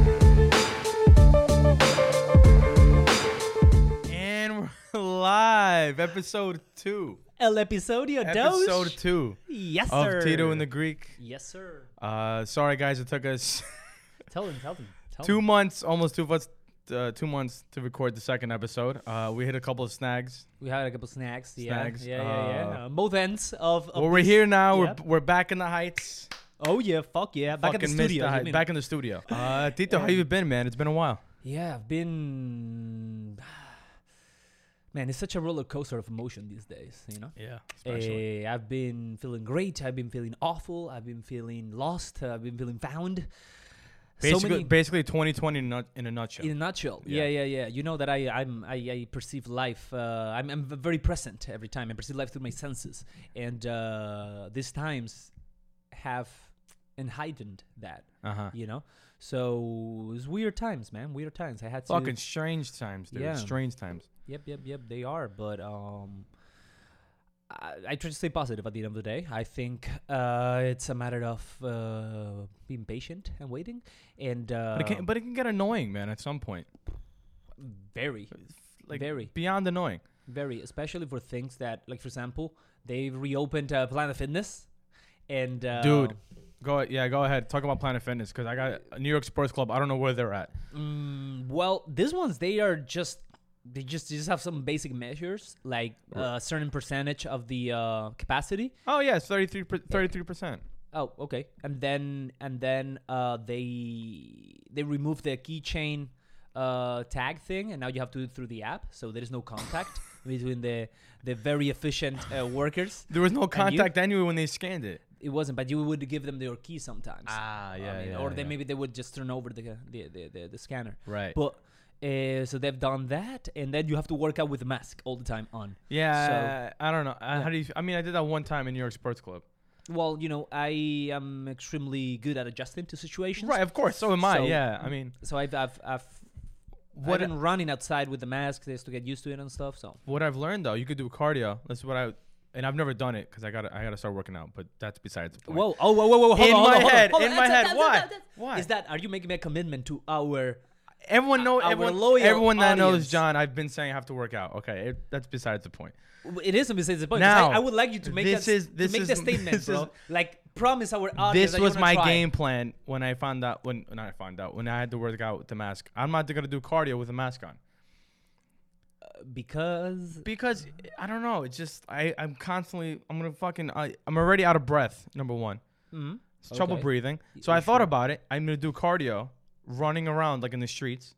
episode two. El episodio dos. Episode two Yes, of sir. Tito and the Greek. Yes, sir. Uh, sorry guys, it took us Tell them, tell them. Tell two them. months, almost two months, uh, two months to record the second episode. Uh, we hit a couple of snags. We had a couple snacks. Yeah, Snacks, yeah, yeah. yeah. uh, Uh, both ends of. of Well, we're this- here now. Yep. We're we're back in the heights. Oh yeah, fuck yeah. Back at the Fucking missed studio. you height- mean. back in the studio. Uh, Tito, how you been, man? It's been a while. Yeah, I've been. Man, it's such a roller coaster of emotion these days. You know. Yeah, especially. Eh, I've been feeling great. I've been feeling awful. I've been feeling lost. I've been feeling found. basically, so many, basically 2020 in a nut- in a nutshell. in a nutshell. Yeah. Yeah. yeah, yeah, You know that I I'm I, I perceive life. Uh, I'm I'm very present every time. I perceive life through my senses, and uh, these times have and heightened that. uh huh. You know, so it's weird times, man. Weird times. I had to. Fucking strange times, dude. Yeah. Strange times. Yep, yep, yep. They are, but um, I, I try to stay positive at the end of the day. I think uh, it's a matter of uh, being patient and waiting, and uh, But it can, but it can get annoying, man. At some point, very, like very. beyond annoying. Very, especially for things that, like for example, they've reopened uh, Planet Fitness, and uh, Dude, Go yeah, go ahead. Talk about Planet Fitness because I got New York Sports Club. I don't know where they're at. mm, well, these ones they are just they just they just have some basic measures like a certain percentage of the uh, capacity. Oh yeah, it's 33 percent. Oh, okay, and then and then uh, they they remove the keychain uh, tag thing, and now you have to do it through the app, so there is no contact between the the very efficient uh, workers. There was no you? contact anyway when they scanned it. It wasn't, but you would give them your key sometimes. Ah, I mean, or they maybe they would just turn over the the the, the, the scanner. right. But uh, so they've done that, and then you have to work out with a mask all the time on. yeah, I don't know. Uh, How do you? I mean, I did that one time in New York Sports Club. Well, you know, I am extremely good at adjusting to situations. Right, of course. So am I. So- yeah, I mean, So I've I've, I've What- what I've been running outside with the mask just to get used to it and stuff. So what I've learned though, you could do cardio. That's what I. And I've never done it because I got to I got to start working out. But that's besides the point. whoa, oh whoa, whoa, whoa, hold In on, hold my on, hold on, head, hold on, in that's- my head, that's- why? that's- that's- Why? is that? Are you making a commitment to our? Everyone know Our everyone, loyal everyone that knows audience. John. I've been saying I have to work out. Okay, it, that's besides the point. It is a mistake. Point. 'cause Now, I, I would like you to make this that, is- this to make is- the statement, this bro. is- like promise our audience. This that you was wanna my try. game plan when I found out when not I found out when I had to work out with the mask. I'm not gonna do cardio with a mask on because because I don't know. It's just I I'm constantly I'm gonna fucking I, I'm already out of breath. Number one, Mhm. it's trouble Okay. breathing. Y- So I you thought sure? about it. I'm gonna do cardio, running around like in the streets,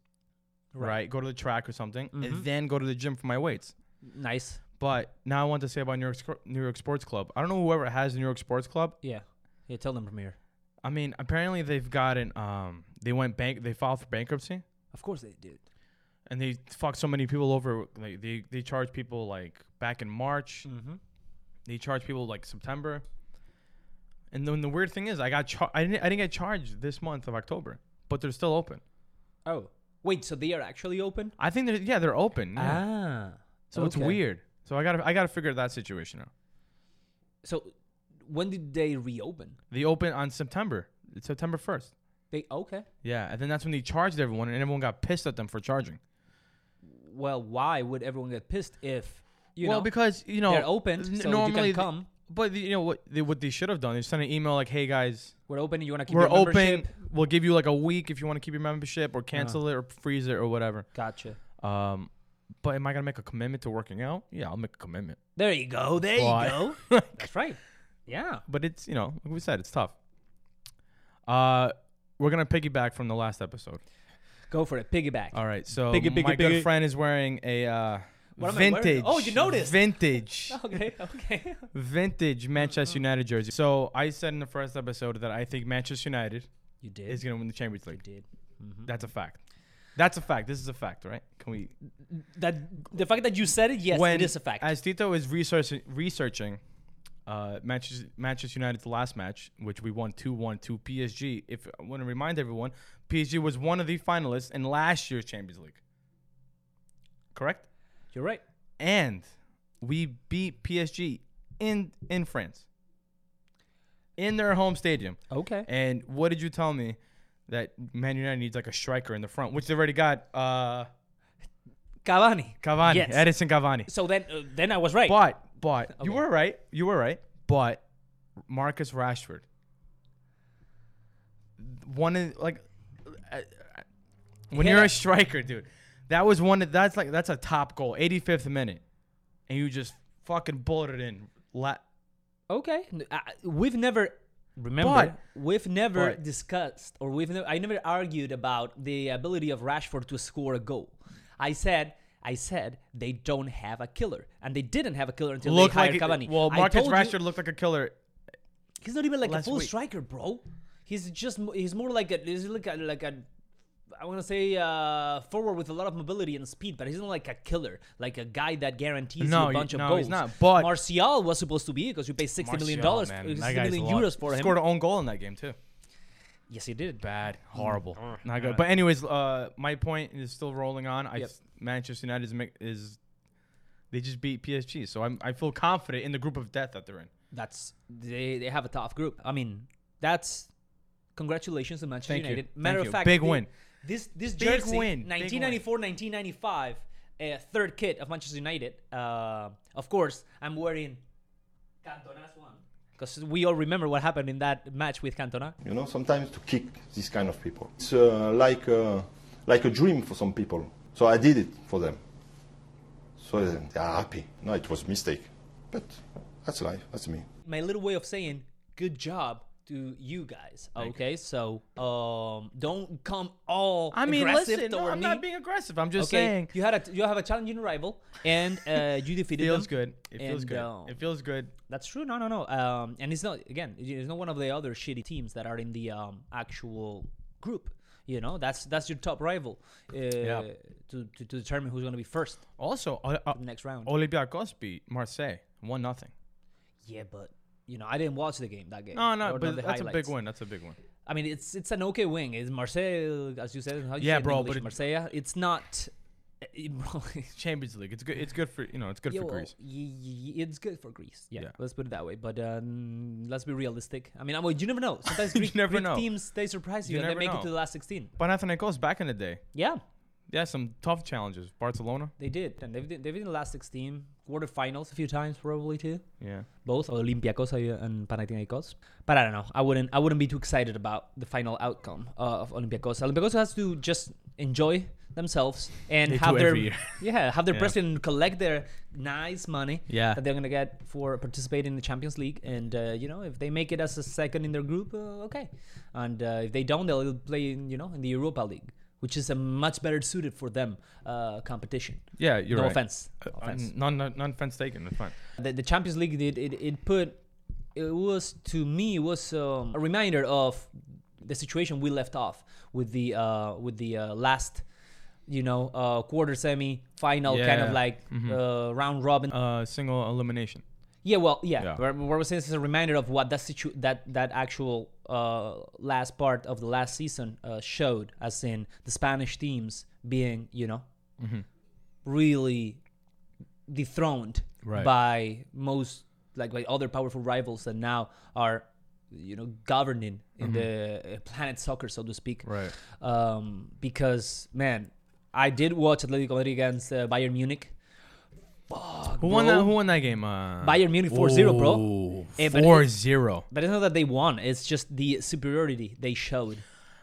right? Right. Go to the track or something, Mhm. and then go to the gym for my weights. nice. But now I want to say about New York Scor- New York Sports Club. I don't know whoever has the New York Sports Club. Yeah. Yeah, tell them Premier. I mean, apparently they've gotten um they went bank they filed for bankruptcy. Of course they did. and they fucked so many people over. Like they they charge people like back in March. Mm-hmm. They charge people like September. And then the weird thing is, I got char- I didn't I didn't get charged this month of October, but they're still open. Oh. Wait, so they are actually open? I think they're yeah they're open. yeah. Ah. so it's okay. weird. So I gotta I gotta figure that situation out. So when did they reopen? They open on September. It's September first. They okay. Yeah, and then that's when they charged everyone, and everyone got pissed at them for charging. Well, why would everyone get pissed if you well, know because you know they're open, n- so normally, you can come. but you know what they what they should have done is send an email like, "Hey guys, We're open. You want to keep we're your open. membership? We'll give you like a week if you want to keep your membership or cancel it or freeze it or whatever. Gotcha. Um, but am I gonna make a commitment to working out? Yeah, I'll make a commitment. There you go. There Why? you go. That's right. Yeah. But it's you know, like we said, it's tough. Uh, we're gonna piggyback from the last episode. Go for it. Piggyback. All right, so Piggy, piggy, my piggy. good friend is wearing a uh, What am I wearing? vintage. Oh, you noticed. Oh. Vintage, Okay. Okay. vintage Manchester Uh-huh. United jersey. So I said in the first episode that I think Manchester United you did. is gonna win the Champions you League. did. Mhm. That's a fact. That's a fact. This is a fact, right? Can we That the fact that you said it, yes, When- it is a fact. As Tito is researching, researching uh, Manchester, Manchester United's last match, which we won 2 1 to PSG. If I want to remind everyone, PSG was one of the finalists in last year's Champions League. Correct? You're right. And we beat PSG in, in France, in their home stadium. Okay. And what did you tell me? That Man United needs like a striker in the front, which they already got. Uh, Cavani. Cavani, Yes. Edison Cavani. So then, uh, then I was right. But but you Okay. were right. You were right. But Marcus Rashford, one of like uh, when you're Yeah. a striker, dude, that was one. Of, that's like that's a top goal, 85th minute, and you just fucking bulleted in. La- Okay, N- I- I- we've never remember we've never but- discussed or we've never I never argued about the ability of Rashford to score a goal. I said. I said they don't have a killer, and they didn't have a killer until looked they like hired Cavani. it, well, I Marcus told you- Rashford looked like a killer. He's not even like a Last full week. striker, bro. He's just mo- he's more like a he's like a, like a I want to say uh, forward with a lot of mobility and speed, but he's not like a killer, like a guy that guarantees No, you a he- bunch of no, goals. he's not, but- Martial was supposed to be because you pay sixty million Martial, dollars, man, uh, that 60 guy's million a lot. euros for him. Scored an own goal in that game too. yes, he did. Mm. Bad, horrible, not good. But anyways, uh, my point is still rolling on. I Yep. s- Manchester United is, mi- is they just beat PSG, so I'm I feel confident in the group of death that they're in. That's they they have a tough group. I mean, that's congratulations to Manchester Thank you. United. Thank Matter you. of fact, Big the- win. This this Big jersey, win. Big 1994, 1995, uh, third kit of Manchester United. Uh, of course, I'm wearing Cantona's one because we all remember what happened in that match with Cantona. you know sometimes to kick these kind of people it's uh, like a, like a dream for some people so i did it for them so they they are happy no it was mistake but that's life that's me my little way of saying good job to you guys. Okay, so um, don't come all I mean, aggressive listen, no, toward I'm me. not being aggressive. I'm just okay, saying you had a you have a challenging rival, and uh, you defeated feels them. good. It feels And, good. um, it feels good. That's true. No, no, no. Um, and it's not again. it- It's not one of the other shitty teams that are in the um, actual group. You know, that's that's your top rival uh, to, to to determine who's going to be first Also, uh, uh, in the next round. Olympiacos beat Marseille one nothing. Yeah, but you know, I didn't watch the game that game. No, no, or but not the that's a big highlights. win. That's a big win. I mean, it's it's an okay wing. It's Marseille, as you said. How do you Yeah, say it in bro, English? but it- Marseille. It's not. it- bro, Champions League. It's good. It's good for you know. It's good yeah, for well, Greece. y- y- y- it's good for Greece. Yeah, Yeah. let's put it that way. But um, let's be realistic. I mean, I, well, you never know. Sometimes Greek, never Greek know. teams they surprise you, You and they never make it know. to the last sixteen. Panathinaikos back in the day. Yeah, Yeah, some tough challenges. Barcelona. they did, and they've been- they've been in the last sixteen quarterfinals a few times, probably too. Yeah. Both Olympiacos and Panathinaikos, but I don't know. I wouldn't. I wouldn't be too excited about the final outcome uh, of Olympiacos. Olympiacos has to just enjoy themselves and They have do their every year. yeah have their Yeah. president collect their nice money Yeah. that they're gonna get for participating in the Champions League. And uh, you know, if they make it as a second in their group, uh, okay. And uh, if they don't, they'll play in, you know in the Europa League, which is a much better suited for them uh, competition. Yeah, you're no right. Uh, offense. offense. None, none, none offense taken. That's fine. The, the Champions League did it, it put it was to me it was um, a reminder of the situation we left off with the uh, with the uh, last you know uh, quarter semi final kind Yeah. of like uh, round robin. Uh, single elimination. yeah, well, yeah. Yeah. What what we're saying is a reminder of what that situ- that that actual uh, last part of the last season uh, showed, as in the Spanish teams being you know Mm-hmm. really dethroned Right. by most like by other powerful rivals that now are you know governing in the uh, planet soccer so to speak Mm-hmm. Right. um because man i did watch atletico madrid against uh, bayern munich Fuck, Who won bro. that? Who won that game? Uh, Bayern Munich 4-0, bro. Eh, but it- Four zero. but it's not that they won it's just the superiority they showed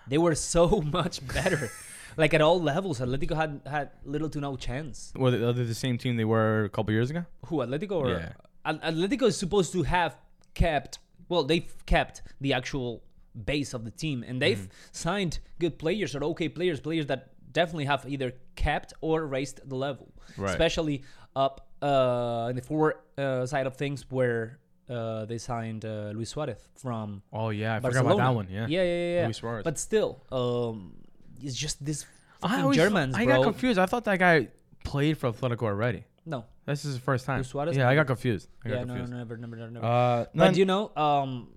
they were so much better like at all levels atletico had had little to no chance Were they, are they the same team they were a couple years ago? Who Atletico or Yeah. At- Atletico is supposed to have kept well they've kept the actual base of the team and they've Mm-hmm. signed good players or okay players players that definitely have either kept or raised the level Right. especially up uh, in the forward uh, side of things where uh, they signed uh, Luis Suarez from Oh yeah, I Barcelona. forgot about that one. Yeah. yeah, yeah, yeah. Luis Suarez. But still, um, it's just this I fucking always, Germans, I bro. got confused. I thought that guy played for Atletico already. No, This is his first time. Luis Suarez? Yeah, I got confused. I got yeah, no, no, confused. never, never, never, never. Uh, none- But you know, um,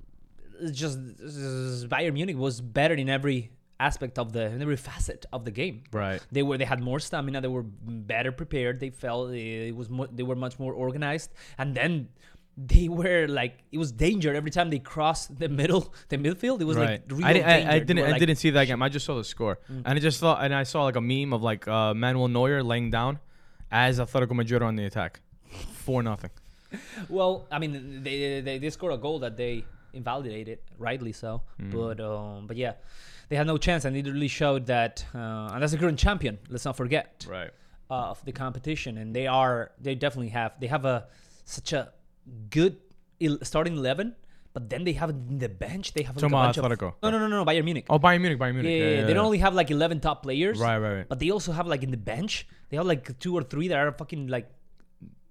it's just s- Bayern Munich was better in every aspect of the in every facet of the game. right. They were they had more stamina. They were better prepared. They felt eh, it was more, they were much more organized. And then they were like it was danger every time they crossed the middle the midfield. It was Right. like real I, di- I- danger. I They didn't. were I like- Mm. didn't see that game. I just saw the score, and I just saw and I saw like a meme of like uh, Manuel Neuer laying down, as Atletico Madrid on the attack, four nothing. Well, I mean, they, they they scored a goal that they invalidated, rightly so. Mm-hmm. But um, but yeah, they had no chance, and it really showed that. Uh, and that's the current champion. Let's not forget Right. uh, of the competition, and they are they definitely have they have a such a good il- starting eleven. But then they have in the bench. They have like a Toma bunch of, Atletico. no, no, no, no, Bayern Munich. Oh, Bayern Munich, Bayern Yeah, Munich. yeah, yeah. they don't only have like eleven top players, Right, right, right. But they also have like in the bench, they have like two or three that are fucking like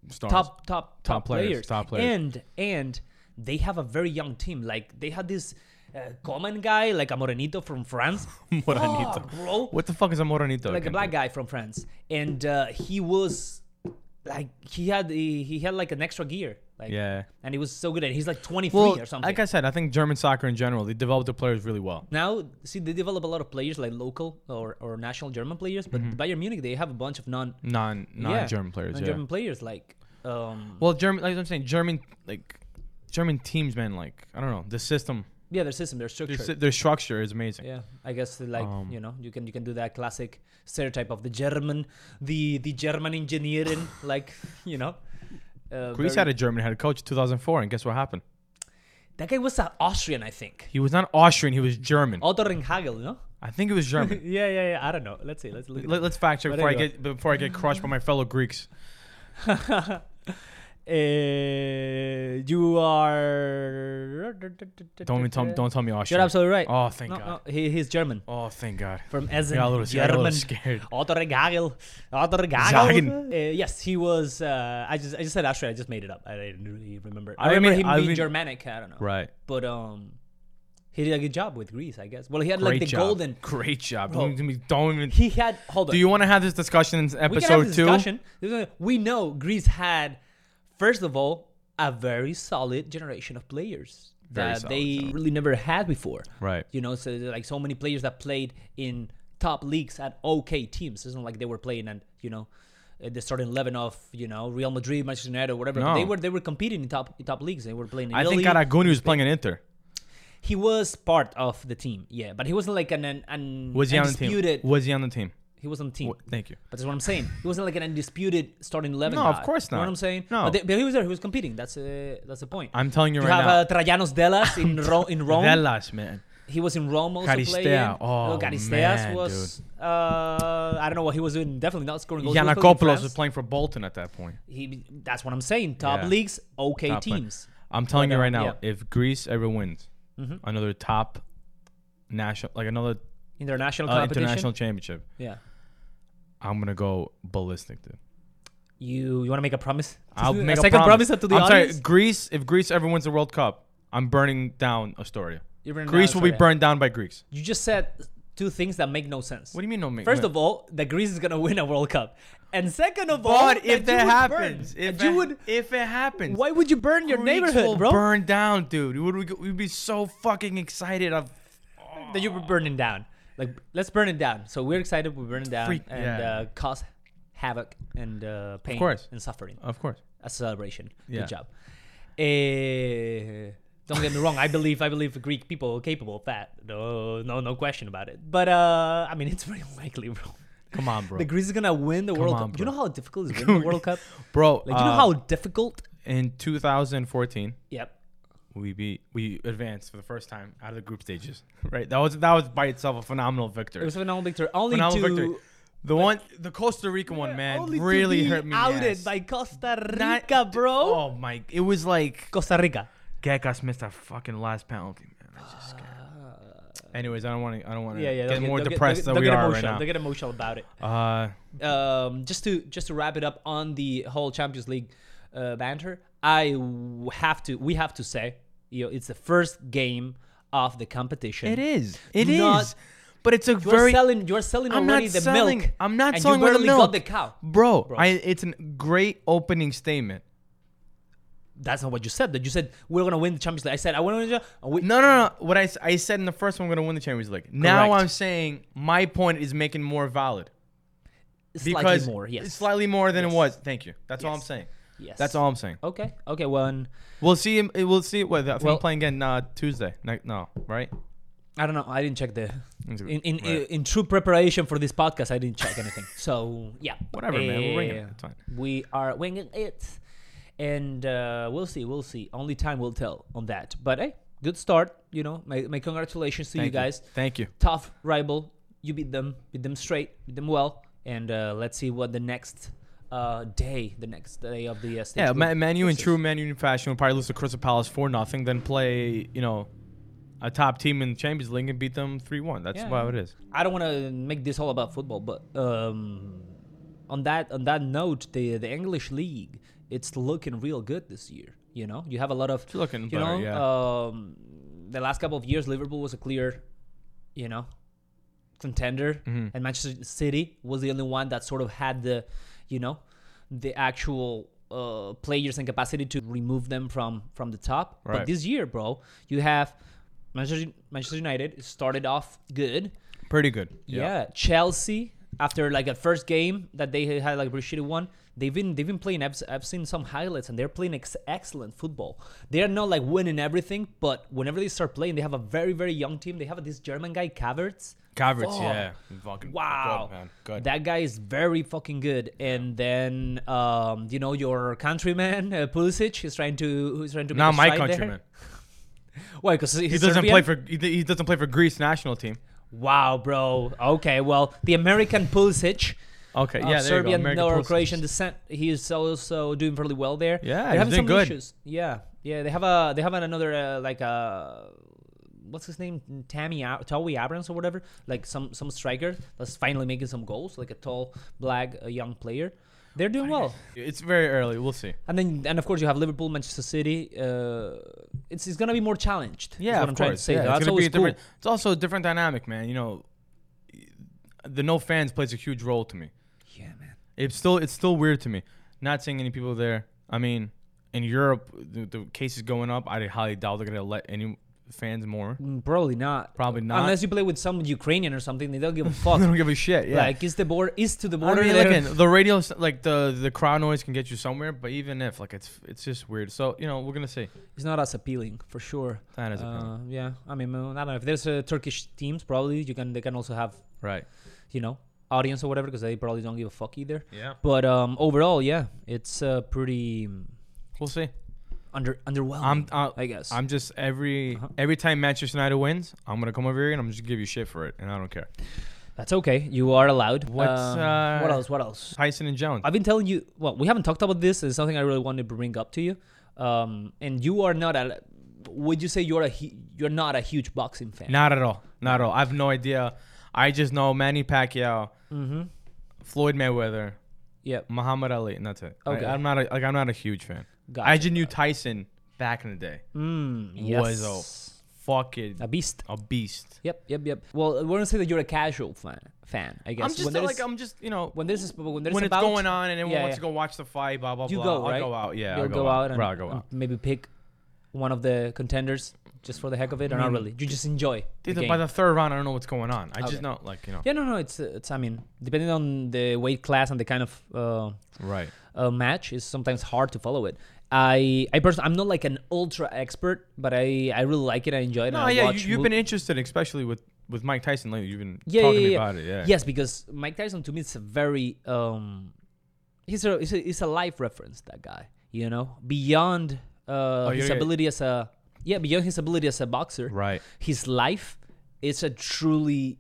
Stars. top top top Top players, players, top players. and and they have a very young team. Like they had this uh, common guy, like a Morenito from France, Moranito. Fuck, bro, What the fuck is a Moranito? like a again? black guy from France, and uh, he was like he had he, he had like an extra gear, like Yeah. and he was so good at. He's like twenty three Well, or something. like I said, I think German soccer in general, they develop the players really well. now see they develop a lot of players like local or, or national German players, but Bayern Munich they have a bunch of non Non Mm-hmm. non yeah, German players. yeah. non-German players like um, Well, German, like I'm saying, German, like German teams, man. Like I don't know, the system, yeah their system their their, structure si- their structure is amazing. Yeah, I guess like Um, you know you can you can do that classic stereotype of the German, the the German engineering, like you know. Uh, Greece very- had a German head coach in 2004, and guess what happened? that guy was an Austrian, I think. He was not Austrian; he was German. Otto Ringhagel, no? I think it was German. yeah, yeah, yeah. I don't know. Let's see. Let's look. it Let, up. us fact check But before I anyway. get before I get crushed by my fellow Greeks. Uh, you are. Don't even tell me, don't tell me Austrian. You're absolutely right. Oh, thank no, God. no, he, he's German Oh, thank God. from Essen. got a little- I got a little German. scared. Otto Ringhagel. Otto Ringhagel. Sagen. Uh, yes, he was. Uh, I just I just said Austrian. I just made it up. I didn't really remember. I, I remember mean- him I being mean- Germanic. I don't know. Right. But um, he did a good job with Greece, I guess. Well, he had like Great the job. golden. Great job. Bro. Don't, even- don't even. He had. Hold on. Do you want to have this discussion in we can have episode this two? discussion. We know Greece had, first of all, a very solid generation of players Very that solid, they yeah. really never had before. Right. You know, so there are, like so many players that played in top leagues at okay teams. It's not like they were playing and you know. at The starting eleven of you know Real Madrid, Manchester United, or whatever No. they were they were competing in top in top leagues. They were playing. In I think Italy. Aragoni was playing in Inter. he was part of the team, yeah, but he wasn't like an an, an Was he on the team? undisputed. Was he on the team? He was on the team. Wh- Thank you. But that's what I'm saying. He wasn't like an undisputed starting eleven. No, of guy. course You know not. what I'm saying? No. but, they- but he was there. He was competing. That's uh, that's the point. I'm telling you you right have now. Uh, Trajanos Delas in, Ro- in Rome. Velas, man. He was in Rome also Caristea. playing. Oh, Well, Caristeas man, was. Uh, I don't know what he was doing. Definitely not scoring goals. He was playing in Yanakopoulos was France. playing for Bolton at that point. He, that's what I'm saying. Top Yeah. leagues, okay Top player. teams. I'm telling But, you uh, right now, yeah. Mm-hmm. if Greece ever wins another top national, like another International uh, competition. international championship, Yeah. I'm gonna go ballistic, dude. You you want to make a promise? I'll a make a second promise. promise, to the I'm audience. sorry, Greece. If Greece ever wins the World Cup, I'm burning down Astoria. You're burning Greece down will be Astoria. burned down by Greeks. You just said two things that make no sense. What do you mean? No, ma- First ma- of all, that Greece is gonna win a World Cup, and second of all, but if that you would burn. happens, if That you it- would, if it happens, why would you burn your Greeks will neighborhood, bro? Burn down, dude. We would we'd be so fucking excited. Of That you were burning down. Like, let's burn it down. So we're excited. We burn it down Freak- and yeah. uh, cause havoc and uh, pain course. and suffering. of course. A celebration. Yeah. Good job. Eh, don't get me wrong. I believe I believe the Greek people are capable of that. No, no, no question about it. But uh, I mean, it's very likely, bro. Come on, bro. The Greece is gonna win the World on, Cup. Do you bro. know how difficult it is winning the World Cup? bro. Like, do you know uh, how difficult? in 2014 Yep. we beat we advanced for the first time out of the group stages. Right, that was that was by itself a phenomenal victory. It was a phenomenal victory. Only phenomenal to, victory. The one, the Costa Rica one, man, only to really be hurt me. in the Outed ass. by Costa Not- Rica, bro. Oh my! It was like Costa Rica. Gekas missed our fucking last penalty, man. I just scared. Anyways, I don't want to. I don't want to Uh, Yeah, yeah. get they'll more they'll depressed they'll than we get are right emotional. now. They'll get emotional about it. Uh, Um, just to just to wrap it up on the whole Champions League uh, banter, I w- have to. We have to say, you know, it's the first game of the competition. it is. It is. not- But it's a You're very. selling. You're selling I'm already not the selling. milk. I'm not and selling You with the barely milk. got the cow. Bro, Bro. I, it's a great opening statement. That's not what you said. That you said we're gonna win the Champions League. I said I want to win. The, and we, No, no, no. What I, s- I said in the first one, I'm going to win the Champions League. Now Correct. I'm saying my point is making more valid. slightly Because more. Yes. slightly more than it Yes. was. Thank you. That's all I'm Yes. saying. yes. That's all I'm saying. Okay. Okay. Well, and eh, We'll see. him- We'll see. What I think Well- I'm playing again uh, Tuesday. No, no, right? I don't know. I didn't check the It's- in in, right. in true preparation for this podcast. I didn't check anything. So yeah, Whatever, man. We're winging it. Eh, It's fine. We are winging it, and uh, we'll see. We'll see. Only time will tell on that. But hey, good start. You know, my, my congratulations to you Thank guys. Thank you. Tough rival. You beat them. Beat them straight. Beat them well. And uh, let's see what the next uh, day, the next day of the uh, stage Yeah, group Ma- Manu in is. true Manu fashion would probably lose to Crystal Palace four nothing, then play you know a top team in the Champions League and beat them three one. That's Yeah. how it is. I don't want to make this all about football, but um, on that on that note, the the English league it's looking real good this year. You know, you have a lot of looking you better, know, yeah. um, the last couple of years, Liverpool was a clear, you know, contender, Mm-hmm. and Manchester City was the only one that sort of had the, you know, the actual uh, players and capacity to remove them from from the top. But Right. this year, bro, you have Manchester Manchester United started off good. Pretty good. Yeah. Chelsea after like a first game that they had like a pretty shitty one. They've been they've been playing. I've, s- I've seen some highlights and they're playing ex- excellent football. They are not like winning everything, but whenever they start playing, they have a very very young team. They have this German guy Kavertz. Coverage, Fuck. yeah. Fucking Wow, Good, man. Good. that guy is very fucking good. And then, um, you know, your countryman uh, Pulisic is trying to who's trying to make Not a my stride there. countryman. Why? Because He doesn't play for he, he doesn't play for Greece national team. Wow, bro. Okay, well, the American Pulisic. Okay, Uh, of yeah, there Serbian you go. American or Pulisic. Croatian descent. He is also doing fairly well there. Yeah, they're he's having doing some good. issues. Yeah, yeah, they have a they have an- another uh, like a what's his name Tammy Ab- Towie Abrams or whatever, like some some striker that's finally making some goals, like a tall black uh, young player. They're doing well, It's very early. We'll see. and then and of course you have Liverpool, Manchester City. Uh, it's it's gonna be more challenged. is Yeah, what of I'm course. trying to say. Yeah, that's it's, gonna be always a cool. different, it's also a different dynamic, man. You know, the no fans plays a huge role to me. Yeah, man. It's still it's still weird to me. Not seeing any people there. I mean, in Europe, the, the case is going up. I highly doubt they're gonna let any fans more. Mm, Probably not. Probably not. Unless you play with some Ukrainian or something, they don't give a fuck. they don't give a shit. Yeah. Like is the border is to the I border. mean, there. again, the radio, s- like the the crowd noise, can get you somewhere. But even if, like, it's it's just weird. So you know, we're gonna see. it's not as appealing for sure. That is appealing. Uh, yeah, I mean, uh, I don't know if there's uh, Turkish teams, probably you can they can also have Right. you know audience or whatever because they probably don't give a fuck either. Yeah. But um, overall, yeah, it's uh, pretty mm, We'll see. under underwhelming. I'm uh, I guess. I'm just every Uh-huh. every time Manchester United wins, I'm gonna come over here and I'm just gonna give you shit for it, and I don't care. That's okay. You are allowed. What's, Um, uh, what else? What else? Tyson and Jones. I've been telling you. Well, we haven't talked about this. It's something I really wanted to bring up to you. Um, and you are not a. Would you say you're a hu- you're not a huge boxing fan? Not at all. Not at all. I have no idea. I just know Manny Pacquiao, Mm-hmm. Floyd Mayweather, Yeah. Muhammad Ali, and that's it. Okay. Okay. I, am not a, like I'm not a huge fan. I Gotcha. just knew Tyson back in the day. Mm, Was yes. Fucking A beast. a beast. Yep, yep, yep. Well, we're gonna say that you're a casual fan. Fan, I guess. I'm just when there's- like I'm just you know when there's a sp- when there's when it's about, going on and everyone Yeah, wants yeah. to go watch the fight. Blah blah you blah. go right. I'll go out. Yeah. you'll I'll go, out, and, Bro, I'll go and out. maybe pick one of the contenders just for the heck of it, or not mean, really. You just enjoy. The Dude, game. by the third round, I don't know what's going on. I Okay. just know like you know. yeah, no, no. It's uh, it's. I mean, depending on the weight class and the kind of uh, Right. uh, match, it's sometimes hard to follow it. I I personally I'm not like an ultra expert, but I I really like it. I enjoy it. No, and I yeah, watch you, you've mo- been interested, especially with with Mike Tyson lately. You've been yeah, talking yeah, to me yeah. about it. Yeah. Yes, because Mike Tyson to me is a very um, he's a he's a, he's a life reference. That guy, you know, beyond uh Oh, his you're- ability as a yeah beyond his ability as a boxer, Right. his life is a truly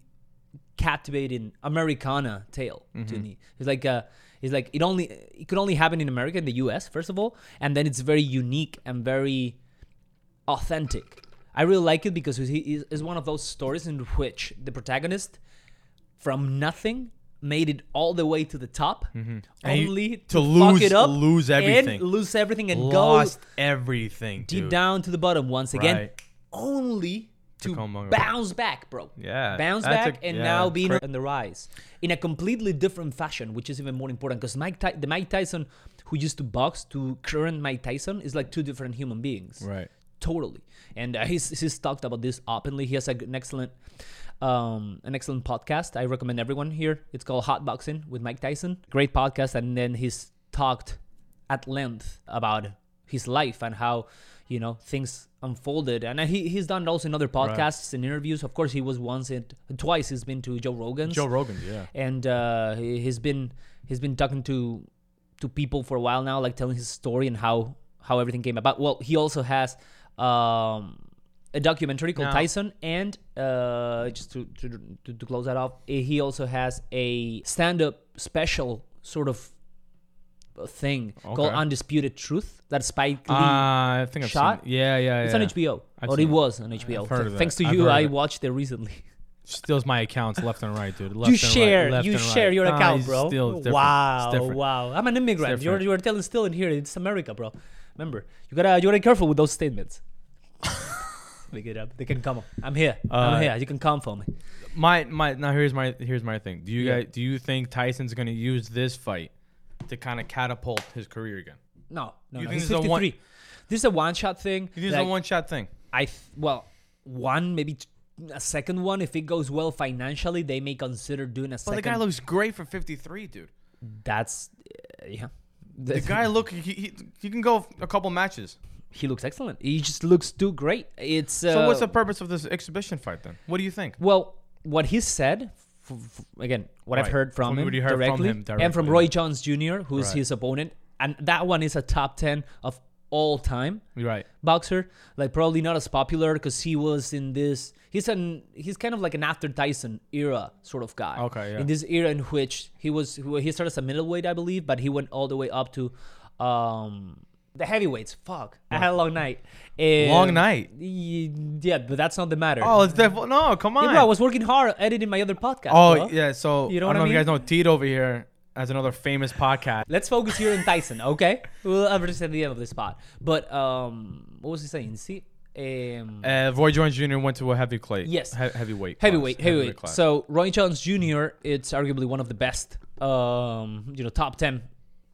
captivating Americana tale Mm-hmm. to me. It's like a it's like it only it could only happen in America in the U.S. first of all, and then it's very unique and very authentic. I really like it because he is- is one of those stories in which the protagonist from nothing made it all the way to the top, Mm-hmm. And you- only to, to fuck lose- it up, lose and everything. lose everything, and go Lost everything. deep dude. down to the bottom once again, Right. only to come on. bounce back, bro. Yeah, bounce that's a- back, and yeah, now it's being cra- on the rise in a completely different fashion, which is even more important because Mike, Ty- the Mike Tyson who used to box to current Mike Tyson is like two different human beings, Right. Totally, and uh, he's he's talked about this openly. He has a, g- an excellent, um, an excellent podcast. I recommend everyone here. It's called Hot Boxing with Mike Tyson. Great podcast, and then he's talked at length about his life and how you know things unfolded and uh, he, he's done also in other podcasts and interviews of course he was once and twice he's been to joe rogan's Joe Rogan, yeah. and uh, he- he's been he's been talking to to people for a while now, like telling his story and how how everything came about. Well, he also has um, a documentary called Now- Tyson, and uh, just to, to to to close that off, eh, he also has a stand up special sort of uh, thing called Okay. Undisputed Truth that Spike Lee. Uh, I think I've Shot? seen. it. Yeah, yeah, yeah. it's on HBO, I've or seen it it. was on HBO. heard of Thanks that. to I've you, heard of I it. watched it recently. Steals my accounts left and right, dude. Left you and right, share, left you and share right. your Nah, account, it's bro. Still different. It's wow, different. wow. I'm an immigrant. It's You're different. you're telling still in here. It's America, bro. Remember, you gotta you gotta be careful with those statements. Make it up. They can come. I'm here. Uh, I'm here. You can come for me. My my. Now here's my here's my thing. Do you Yeah. guys do you think Tyson's gonna use this fight to kind of catapult his career again? No, no, You no. think He's this is a one- 53. This is a one shot thing. This is Like, a one shot thing. I th- well, one maybe t- a second one. If it goes well financially, they may consider doing a But the second. guy looks great for 53, dude. That's uh, yeah. The guy look he, he he can go a couple matches. he looks excellent. He just looks too great. It's uh, So what's the purpose of this exhibition fight then? What do you think? Well, what he said, f- f- again, what I've Right. heard from, From him, what you heard from directly, him and from directly. Roy Jones Jr., who's Right. his opponent, and that one is a top ten of all time You're right. boxer. Like probably not as popular because he was in this. He's an he's kind of like an after Tyson era sort of guy. Okay, yeah. In this era in which he was he started as a middleweight, I believe, but he went all the way up to. um the heavyweights, fuck! I had a long night. Long Um, night? y- Yeah, but that's not the matter. Oh, it's definitely no. Come on. Yeah, bro, I was working hard editing my other podcast. oh bro. yeah. So You know I don't what I know if you guys mean? know Teed over here has another famous podcast. Let's focus here on Tyson, okay? We'll address at the end of this part. But um, what was he saying? See, um, Uh, Roy Jones Jr. went to a heavy clay. Yes. He- heavyweight. class, heavyweight, heavyweight. class. So Roy Jones Jr. It's arguably one of the best, um, you know, top ten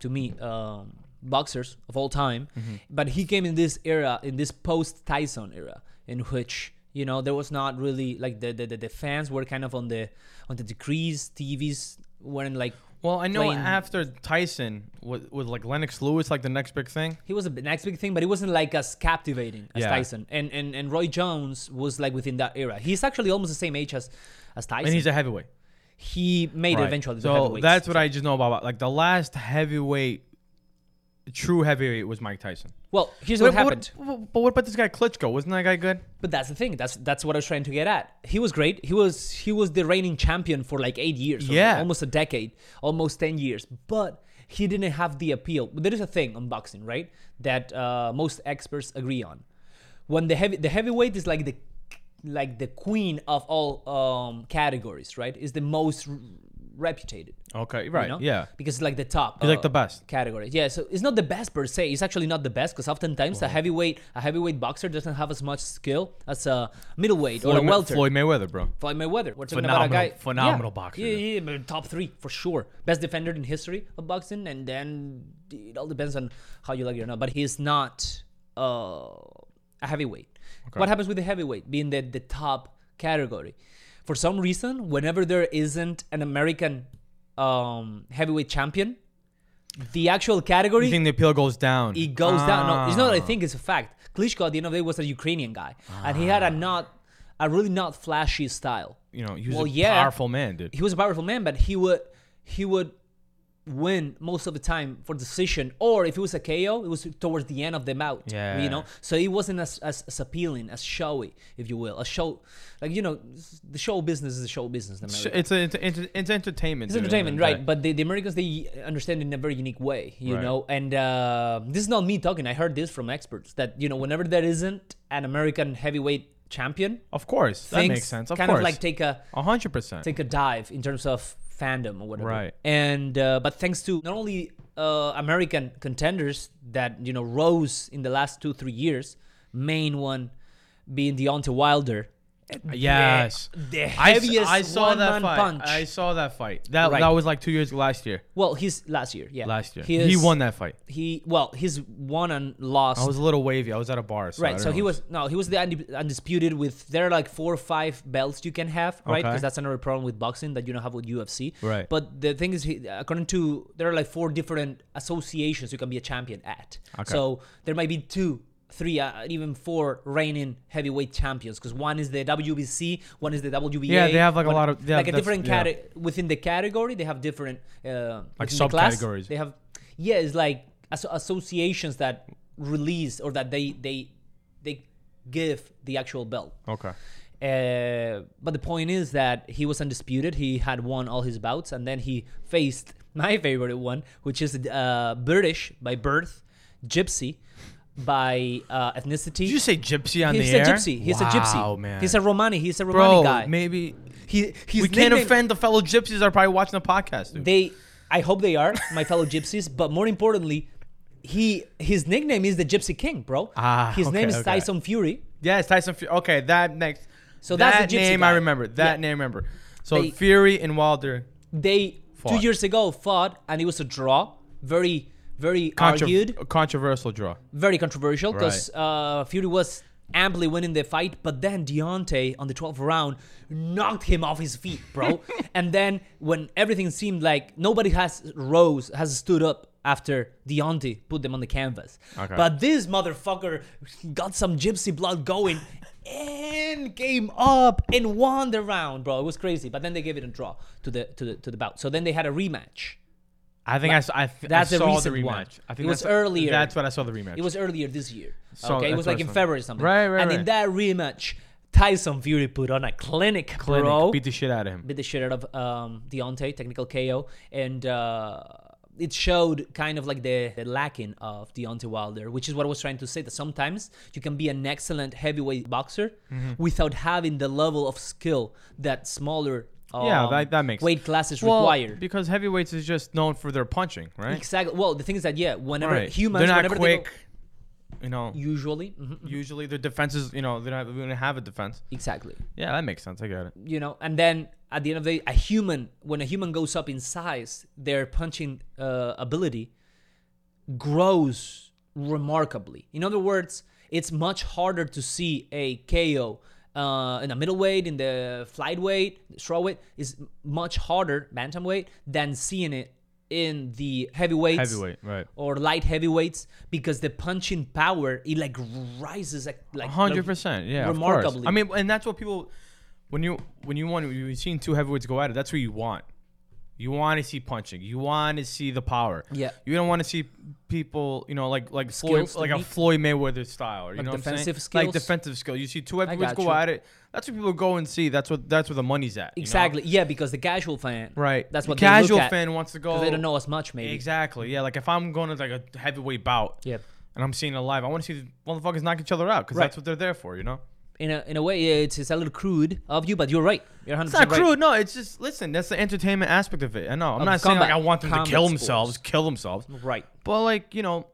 to me um, boxers of all time. Mm-hmm. But he came in this era, in this post Tyson era, in which you know there was not really like the the, the, the fans were kind of on the on the decrease. TVs weren't like well, I know playing- after Tyson was, was like Lennox Lewis, like the next big thing. he was the next big thing, but it wasn't like as captivating as Yeah. Tyson. And, and and Roy Jones was like within that era. He's actually almost the same age as as Tyson. And he's a heavyweight. he made Right. eventually the So heavyweights. that's what I just know about. Like the last heavyweight, true heavyweight was Mike Tyson. well. Here's But what happened. what- but what about this guy Klitschko? Wasn't that guy good? But that's the thing. That's that's what I was trying to get at. He was great. He was he was the reigning champion for like eight years. or Yeah. almost a decade, almost ten years. But he didn't have the appeal. But there is a thing on boxing, right? That uh, most experts agree on. When the heavy the heavyweight is like the like the queen of all um, categories, right? Is the most r- reputed. Okay, right. you know? Yeah. Because it's like the top. He's like the best. category. Yeah, so it's not the best per se. It's actually not the best because oftentimes a heavyweight a heavyweight boxer doesn't have as much skill as a middleweight or a Floyd, welter. Floyd Mayweather, bro. Floyd Mayweather. We're talking about a Phenomenal- guy phenomenal yeah. boxer, Yeah, dude. yeah, yeah, top three for sure. Best defender in history of boxing, and then it all depends on how you like it or not. But he's not uh, a heavyweight. What happens with the heavyweight being the the top category? For some reason, whenever there isn't an American um, heavyweight champion, the actual category You think the appeal goes down? Ah, it goes down. No, it's not. that I think it's a fact. Klitschko at the end of the day was a Ukrainian guy, and Ah. he had a not a really not flashy style. You know, he was Well, a yeah. powerful man, dude. He was a powerful man, but he would he would win most of the time for decision, or if it was a KO, it was towards the end of the bout. you know. Yeah. So it wasn't as, as as appealing, as showy, if you will, a show like you know the show business is the show business. In America. It's a, it's, a, it's, a- it's entertainment. It's dude, at the entertainment, end of the right? day. But the, the Americans they understand it in a very unique way, you Right. know. And uh, this is not me talking. I heard this from experts that you know whenever there isn't an American heavyweight champion, Of course, that things makes sense. Of kind course, of like take a a hundred percent. take a dive in terms of fandom or whatever. Right. And uh, but thanks to not only uh, American contenders that you know rose in the last two three years, main one being Deontay Wilder. Yes, the I s- heaviest I, saw that one-man fight. punch. I saw that fight. That Right. that was like two years last year. well, he's last year, yeah. Last year, he, he, is- won that fight. he well he's won and lost I was a little wavy. I was at a bar. So I right don't so he know. was no he was the undi- undisputed with there are like four or five belts you can have right because Okay. that's another problem with boxing that you don't have with ufc Right. but the thing is he, according to there are like four different associations you can be a champion at Okay. so there might be two three, uh, even four reigning heavyweight champions because one is the WBC, one is the WBA. Yeah, they have, like, a one- lot of- yeah, like a that's- different yeah. category within the category. They have different uh, Like within the class, subcategories. They have yeah, it's like asso- associations that release or that they they they give the actual belt. Okay. Uh, but the point is that he was undisputed. He had won all his bouts, and then he faced my favorite one, which is uh, British by birth, gypsy by uh, ethnicity. Did you say gypsy on he's the a air? gypsy. He's a gypsy. Wow, man. He's a Romani. He's a Romani Bro, guy. maybe he, he's we can't nicknamed- offend the fellow gypsies that are probably watching the podcast. Dude. They, I hope they are my fellow gypsies. But more importantly, he his nickname is the Gypsy King, bro. Ah, his name okay, is okay. Tyson Fury. yes, Tyson. Fury. Okay, that next. So that's that the gypsy name guy. I remember. That Yeah. name I remember. So They- Fury and Wilder. they two Fought. years ago fought and it was a draw very very Contro- argued Controversial draw. very controversial because Right. uh, Fury was amply winning the fight but then Deontay on the 12th round knocked him off his feet bro and then when everything seemed like nobody has rose has stood up after Deontay put them on the canvas Okay. but this motherfucker got some gypsy blood going and came up and won the round bro it was crazy but then they gave it a draw to the to the to the bout so then they had a rematch I think I, s- I th- I That's a saw the recent rematch. one. I It think was that's- earlier. That's what I saw the rematch. It was earlier this year. So okay, it that's was what I like in saw. February or something. Right, right, And in right. that rematch, Tyson Fury put on a clinic, Clinic, bro. beat the shit out of him. Beat the shit out of um, Deontay, technical KO, and uh, it showed kind of like the, the lacking of Deontay Wilder, which is what I was trying to say. That sometimes you can be an excellent heavyweight boxer Mm-hmm. without having the level of skill that smaller um, Yeah, that- that makes- weight classes Well, require. because heavyweights is just known for their punching, right? Exactly. Well, the thing is that yeah, whenever Right. humans, they're not whenever they go- quick. you know, usually, mhm, usually their defenses. You know, they don't have, we don't have a defense. exactly. Yeah, that makes sense. I got it. you know and then at the end of the day a human when a human goes up in size their punching uh, ability grows remarkably in other words it's much harder to see a KO uh, in the middleweight in the flyweight strawweight is much harder bantamweight than seeing it in the heavyweights Heavyweight, right? or light heavyweights because the punching power it like rises like like hundred percent. Yeah, remarkably. remarkably. I mean, and that's what people when you when you want you've seen two heavyweights go at it. That's what you want. You want to see punching. You want to see the power. Yeah. You don't want to see people, you know, like like Floyd, Skills, like a technique. Floyd Mayweather style. You Like know what I'm saying? defensive Like skills. defensive skill. You see two heavyweights got go you. at it. That's what people go and see. That's what that's where the money's at. you know? Exactly. Yeah, because the casual fan. Right. That's The what casual they look at, fan wants to 'cause go. They don't know as much, maybe. Exactly. Yeah. Like if I'm going to like a heavyweight bout. Yeah. And I'm seeing it live. I want to see the motherfuckers knock each other out because Right. that's what they're there for. You know. In a in a way, yeah, it's, it's a little crude of you, but you're right. You're 100 It's not crude. No, it's just listen. That's the entertainment aspect of it. I know. I'm Of not saying like combat- I want them to combat kill sports. themselves, kill themselves. Right. But like you know,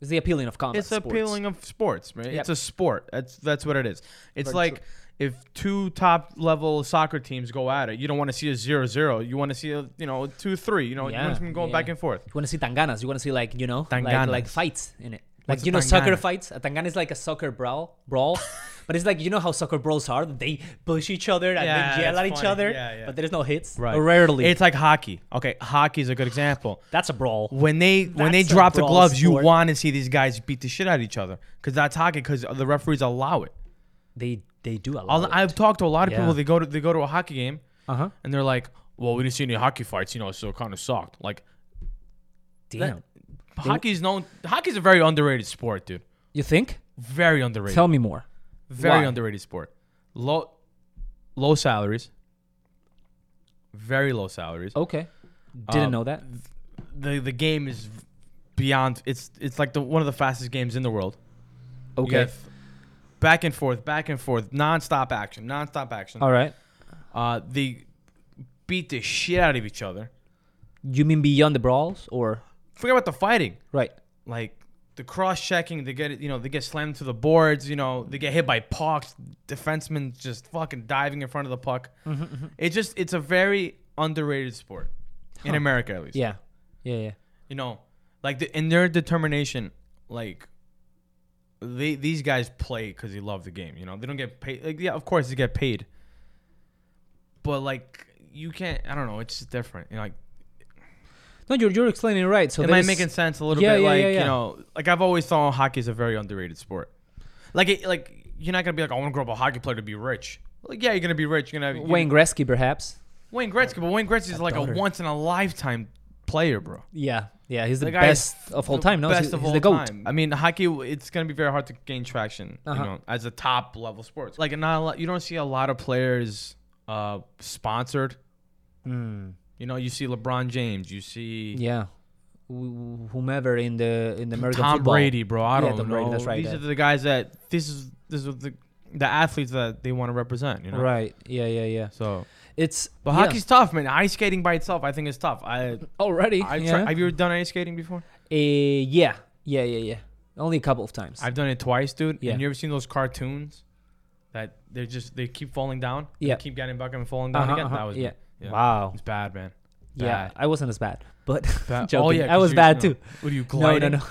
It's the appealing of combat. it's the appealing of sports, right? Yep. It's a sport. That's that's what it is. It's Very like if two top level soccer teams go at it, you don't want to see a zero zero. You want to see a you know two three. You know, you Yeah, want them going yeah. back and forth. You want to see tanganas. You want to see like you know, like, Tanganas. like fights in it. Like What's you a know, soccer tangana? fights. A tangana is like a soccer brawl, brawl, but it's like you know how soccer brawls are. They push each other and Yeah, then yell at that's each funny. other, Yeah, yeah. but there's no hits. Or rarely. It's like hockey. Okay, hockey is a good example. that's a brawl. when they when they That's a drop the brawl gloves, you sport. want to see these guys beat the shit out of each other because that's hockey. Because the referees allow it. They they do a I'll- lot. I've talked to a lot of Yeah. people. They go to they go to a hockey game Uh huh. and they're like, "Well, we didn't see any hockey fights, you know, so it kind of sucked." Like, Damn. hockey's known. Hockey's a very underrated sport, dude. you think? Very underrated. Tell me more. very why. underrated sport. Low, low salaries. Very low salaries. Okay. Didn't Um, know that. The the game is beyond. It's it's like the one of the fastest games in the world. You Okay. got Back and forth, back and forth, nonstop action, nonstop action. All right. Uh, they beat the shit out of each other. You mean beyond the brawls or Forget about the fighting. right? like the cross checking, they get you know they get slammed to the boards, you know they get hit by pucks, defensemen just fucking diving in front of the puck. It just it's a very underrated sport in America at least. Yeah, yeah, yeah. you know, like the, in their determination, like they these guys play because they love the game. You know they don't get paid. Like yeah, of course they get paid, but like you can't. I don't know. It's just different. You know, like No, you're you're explaining it right. So Am I there's- making sense a little Yeah, bit? yeah, like yeah, yeah. you know, like I've always thought hockey is a very underrated sport. Like it, like you're not gonna be like I want to grow up a hockey player to be rich. Like yeah, you're gonna be rich. You're gonna have you're Wayne Gretzky, perhaps. Wayne Gretzky, but Wayne Gretzky is like daughter. a once in a lifetime player, bro. Yeah, yeah, he's the, The guy is best of all the time. No, best he's, of he's all the goat. time. I mean, hockey. It's gonna be very hard to gain traction, Uh-huh. you know, as a top level sport. Like not a lot, you don't see a lot of players uh, sponsored. Hmm. You know, you see LeBron James, you see Yeah, Wh- whomever in the in the American Tom football. Brady, bro. I Yeah, don't Tom know. Brady, that's right, These are yeah. the guys that this is this is the the athletes that they want to represent. You know, Right. Yeah, yeah, yeah. So, It's but yeah. hockey's tough, man. Ice skating by itself, I think, is tough. I, already. I yeah. try, have you ever done ice skating before? Uh, yeah, yeah, yeah, yeah. Only a couple of times. I've done it twice, dude. Yeah. And you ever seen those cartoons that they're just they keep falling down? Yeah. They keep getting back and falling down Uh-huh, again. uh-huh, That was yeah. me. yeah. Wow. It's bad, man. Yeah, Bad. I wasn't as bad, but Bad. Oh, joking. I 'cause was you- bad you know, too. What are you No, gliding? no, no,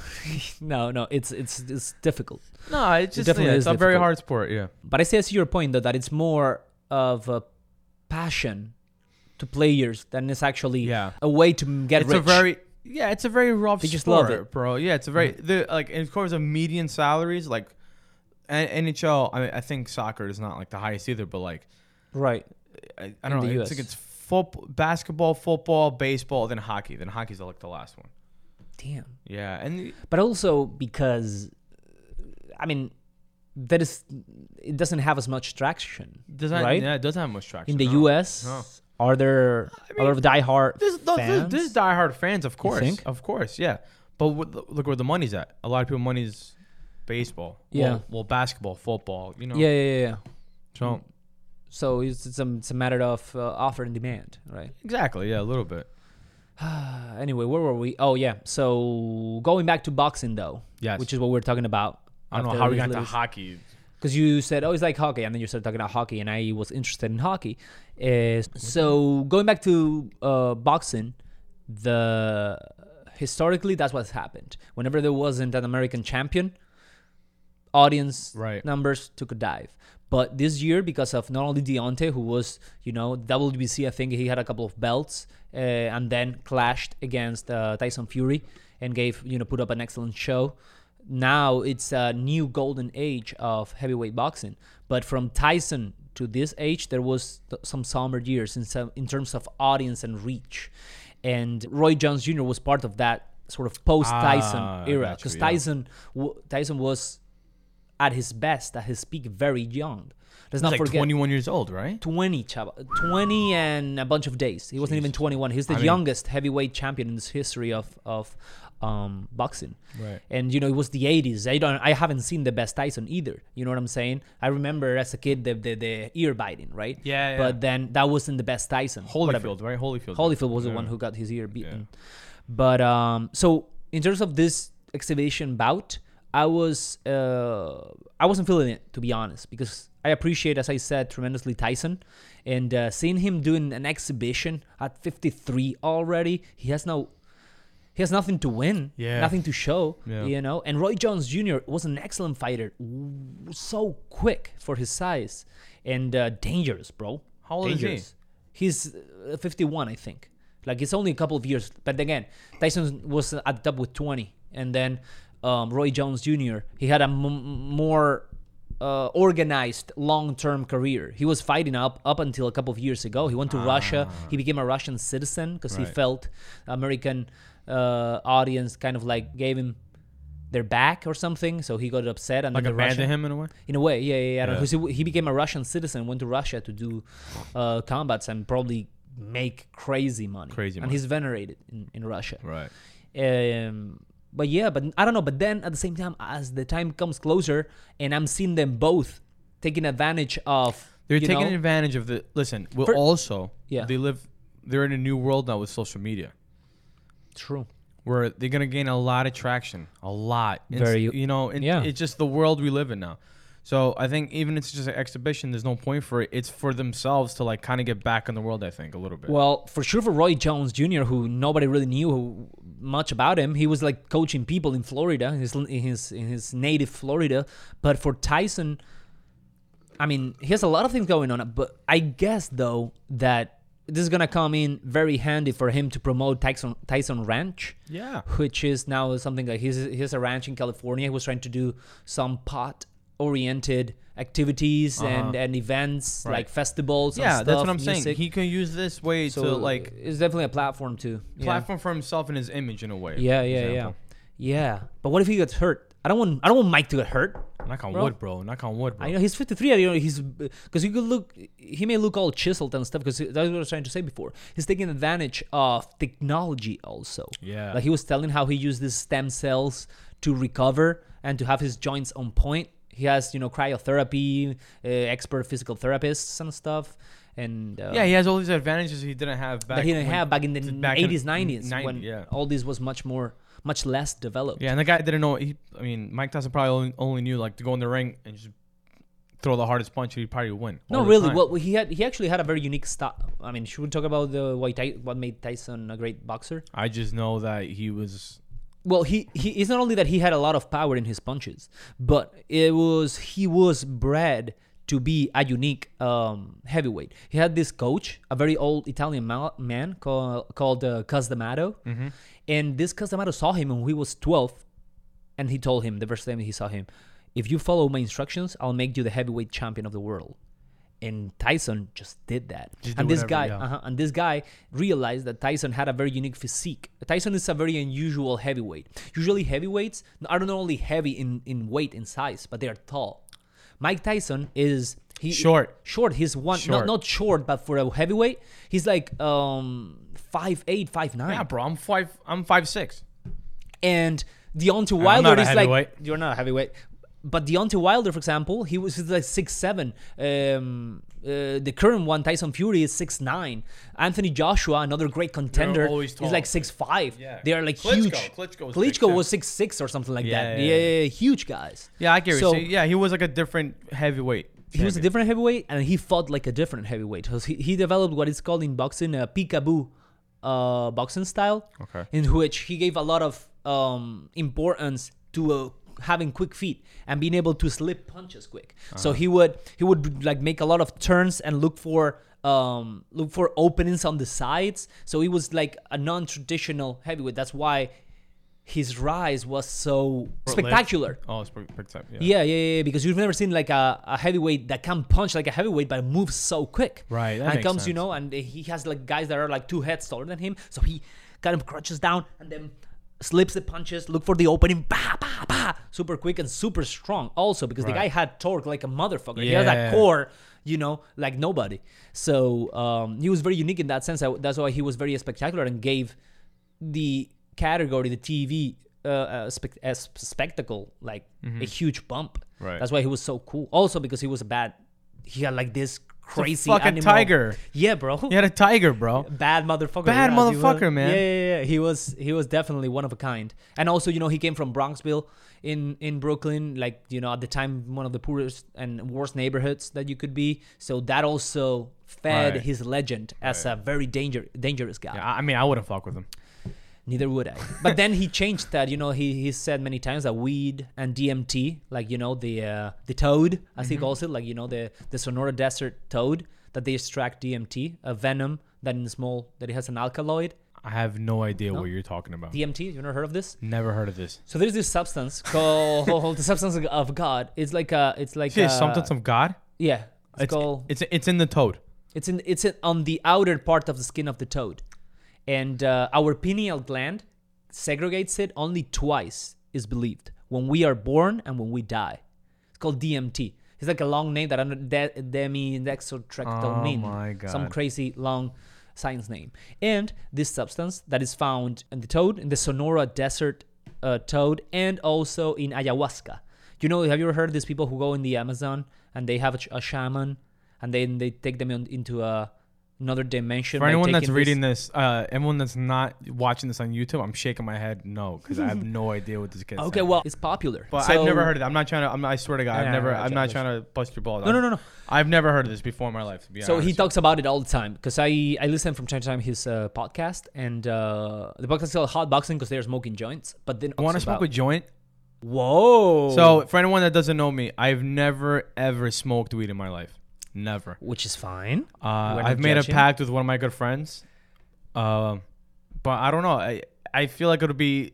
no, no. It's it's it's difficult. No, it's just definitely yeah, is it's a very difficult. hard sport. Yeah. But I see, I see your point though that it's more of a passion to players than it's actually Yeah. a way to m- get it's rich. a very yeah, it's a very rough They just love sport, it. Mm-hmm. bro. Yeah, it's a very the like in terms of median salaries, like N- NHL. I mean, I think soccer is not like the highest either, but like right. I, I don't In the know. US. It's like it's football, basketball, football, baseball, then hockey. Then hockey's like the last one. Damn. Yeah, and But also because, I mean, that is it doesn't have as much traction. does that right? yeah, it doesn't have much traction in the no. U.S. No. Are there a lot of diehard There's, no, there's, fans? there's diehard fans, of course, think? of course, yeah. But what, the- look where the money's at. A lot of people, money's baseball. Yeah. Well, well, basketball, football. You know. yeah, yeah, yeah, yeah. So So it's it's a, it's a matter of uh, offer and demand, right? exactly, yeah, a little bit. Uh, anyway, where were we? Oh yeah. So going back to boxing though, Yes. which is what we're talking about. I don't know after how we these got to little- hockey. because you said oh it's like hockey and then you started talking about hockey and i was interested in hockey uh, so going back to uh, boxing the historically that's what's happened whenever there wasn't an american champion audience Right. numbers took a dive but this year because of not only Deontay who was you know WBC I think he had a couple of belts uh, and then clashed against uh, Tyson Fury and gave you know put up an excellent show now it's a new golden age of heavyweight boxing but from Tyson to this age there was th- some somber years in some, in terms of audience and reach and Roy Jones Jr was part of that sort of post Tyson Ah, I era got cuz you, yeah. Tyson w- Tyson was at his best, at his peak, very young. Let's not He's like forget 21 years old, right? 20, chava- 20 and a bunch of days. He wasn't even 21. He's I the mean- youngest heavyweight champion in this history of of um, boxing. Right. And you know, it was the 80s. I don't I haven't seen the best Tyson either. You know what I'm saying? I remember as a kid the the, the ear biting, right? Yeah, yeah. But then that wasn't the best Tyson. whatever. Holyfield, right? Holyfield. Holyfield was the Yeah. one who got his ear beaten. But um, so in terms of this exhibition bout, I was uh, I wasn't feeling it to be honest because I appreciate, as I said, tremendously Tyson, and uh, seeing him doing an exhibition at 53 already, he has no. He has nothing to win, Yeah. nothing to show, Yeah. you know. And Roy Jones Jr. was an excellent fighter, w- so quick for his size, and uh, dangerous, bro. How old is he? dangerous. He's uh, 51, I think. Like it's only a couple of years. But again, Tyson was at the top with 20, and then um, Roy Jones Jr. He had a m- more uh, organized long-term career. He was fighting up up until a couple of years ago. He went to Russia. He became a Russian citizen because he Ah. Right. felt American uh, audience kind of like gave him their back or something. So he got upset and Like then the abandoned Russian- him in a way. in a way, yeah, yeah, yeah. I don't know. Yeah. 'Cause He, he became a Russian citizen, went to Russia to do uh, combats and probably make crazy money. Crazy and money. he's venerated in, in Russia. Right. Um, but yeah, but I don't know. But then at the same time, as the time comes closer, and I'm seeing them both taking advantage of. They're you taking know- advantage of the. Listen, we're For- also. Yeah. They live. They're in a new world now with social media, True. where they're gonna gain a lot of traction, a lot. It's- Very- You know, and yeah. It's just the world we live in now. So I think even it's just an exhibition. There's no point for it. It's for themselves to like kind of get back in the world. I think a little bit. Well, for sure for Roy Jones Jr., who nobody really knew who, much about him, he was like coaching people in Florida, in his, in his in his native Florida. But for Tyson, I mean, he has a lot of things going on. But I guess though that this is gonna come in very handy for him to promote Tyson Tyson Ranch. Yeah. which is now something like he's he's a ranch in California. He was trying to do some pot oriented activities and and events Uh-huh. Right. like festivals. and yeah, that's stuff, what I'm saying. music. He can use this way so to like it's definitely a platform too. Yeah. platform for himself and his image in a way. Yeah, for yeah, example. yeah, yeah. But what if he gets hurt? I don't want I don't want Mike to get hurt. Knock on Bro. wood, bro. Knock on wood, bro. I know he's 53. I know he's because he could look. He may look all chiseled and stuff. Because that's what I was trying to say before. He's taking advantage of technology also. Yeah. Like he was telling how he used these stem cells to recover and to have his joints on point. He has you know cryotherapy, uh, expert physical therapists and stuff. And uh, yeah, he has all these advantages he didn't have back. that he didn't when- have back in the back in- 80s, 90s, 90, when yeah. all this was much more, much less developed. Yeah, and the guy didn't know. He, I mean, Mike Tyson probably only, only knew like to go in the ring and just throw the hardest punch. He'd probably win. all No, the really. time. Well, he had he actually had a very unique style. I mean, should we talk about the why Ty- what made Tyson a great boxer? I just know that he was. Well, he, he it's not only that he had a lot of power in his punches, but it was he was bred to be a unique um, heavyweight. He had this coach, a very old Italian ma- man called called uh, Castamato, Mm-hmm. and this Castamato saw him when he was twelve, and he told him the first time he saw him, "If you follow my instructions, I'll make you the heavyweight champion of the world." And Tyson just did that. Just do and this whatever, guy, yeah. uh-huh, and this guy realized that Tyson had a very unique physique. Tyson is a very unusual heavyweight. Usually heavyweights are not only heavy in, in weight and size, but they are tall. Mike Tyson is he Short. Short. He's one Short. Not, not short, but for a heavyweight, he's like um five eight, five nine. Yeah, bro. I'm five. I'm five six. And Deontay I'm Wilder not a is like heavyweight. you're not a heavyweight. But Deontay Wilder, for example, he was he's like six seven. Um, uh, the current one, Tyson Fury, is six nine. Anthony Joshua, another great contender, always is tall. like six five. Yeah. They are like Klitschko- huge. Klitschko was Klitschko 6'7". was six six or something like Yeah, that. yeah, Yeah, yeah. yeah, yeah, huge guys. Yeah, I get So- it. So, yeah, he was like a different heavyweight. He was a champion. different heavyweight, and he fought like a different heavyweight. So he, he developed what is called in boxing a peekaboo uh, boxing style, Okay. in which he gave a lot of um, importance to uh, having quick feet and being able to slip punches quick. So Uh-huh. he would he would like make a lot of turns and look for um, look for openings on the sides. So he was like a non-traditional heavyweight. That's why his rise was so spectacular. Oh, it's pretty, pretty tough, yeah. Yeah, yeah, yeah, yeah, because you've never seen like a, a heavyweight that can punch like a heavyweight but moves so quick. Right, that and makes comes, you sense. know, and he has like guys that are like two heads taller than him. So he kind of crunches down and then slips the punches, look for the opening, bah, bah, bah, super quick and super strong also because the guy Right. had torque like a motherfucker. He has that Yeah. core, you know, like nobody. So um, he was very unique in that sense. I- That's why he was very spectacular and gave the category, the TV uh, uh, spec- uh, sp- spectacle, like a huge bump. Mm-hmm. Right. That's why he was so cool. Also because he was a bad. He had like this crazy fucking animal- tiger. Yeah, bro. He had a tiger, bro. Bad motherfucker. Bad yeah, he was- motherfucker, man. Yeah, yeah, yeah. He was he was definitely one of a kind. And also, you know, he came from Bronxville in in Brooklyn, like you know, at the time one of the poorest and worst neighborhoods that you could be. So that also fed Right. his legend as a very danger dangerous guy. Yeah, I I mean, I wouldn't fuck with him. Neither would I. But then he changed that. You know, he he said many times that weed and DMT, like you know the uh, the toad, as Mm-hmm. he calls it, like you know the the Sonora Desert toad, that they extract DMT, a venom that in small that it has an alkaloid. I have no idea what you're talking about. DMT, you never heard of this? Never heard of this. So there's this substance called the substance of God. It's like a, it's like Shit, a, something of God. yeah. It's, It's, called it's it's in the toad. It's in it's in, on the outer part of the skin of the toad, and uh, our pineal gland segregates it only twice. Is believed when we are born and when we die. It's called DMT. It's like a long name that I'm not de- demidexotrectomine. Oh my Some God. crazy long science name. And this substance that is found in the toad, in the Sonora Desert uh, toad, and also in ayahuasca. You know, have you ever heard of these people who go in the Amazon and they have a, sh- a shaman and then they take them in, into a, another dimension? For by anyone that's taking reading this, uh, anyone that's not watching this on YouTube, I'm shaking my head no because I have no idea what this kid. Okay, well, it's popular. but I've never heard of it. I'm not trying to. I'm, I swear to God, Yeah, I've never. yeah, I'm yeah, not yeah. trying to bust your balls. No, no, no, no. I've never heard of this before in my life. To be So he honest. talks about it all the time because I, I listen from time to time his uh, podcast and uh, the podcast is called Hot Boxing because they're smoking joints. But then want to also smoke a about- joint? Whoa! So for anyone that doesn't know me, I've never ever smoked weed in my life. Never. which is fine. Uh, We're not I've made a judging. pact with one of my good friends, um, but I don't know. I I feel like it would be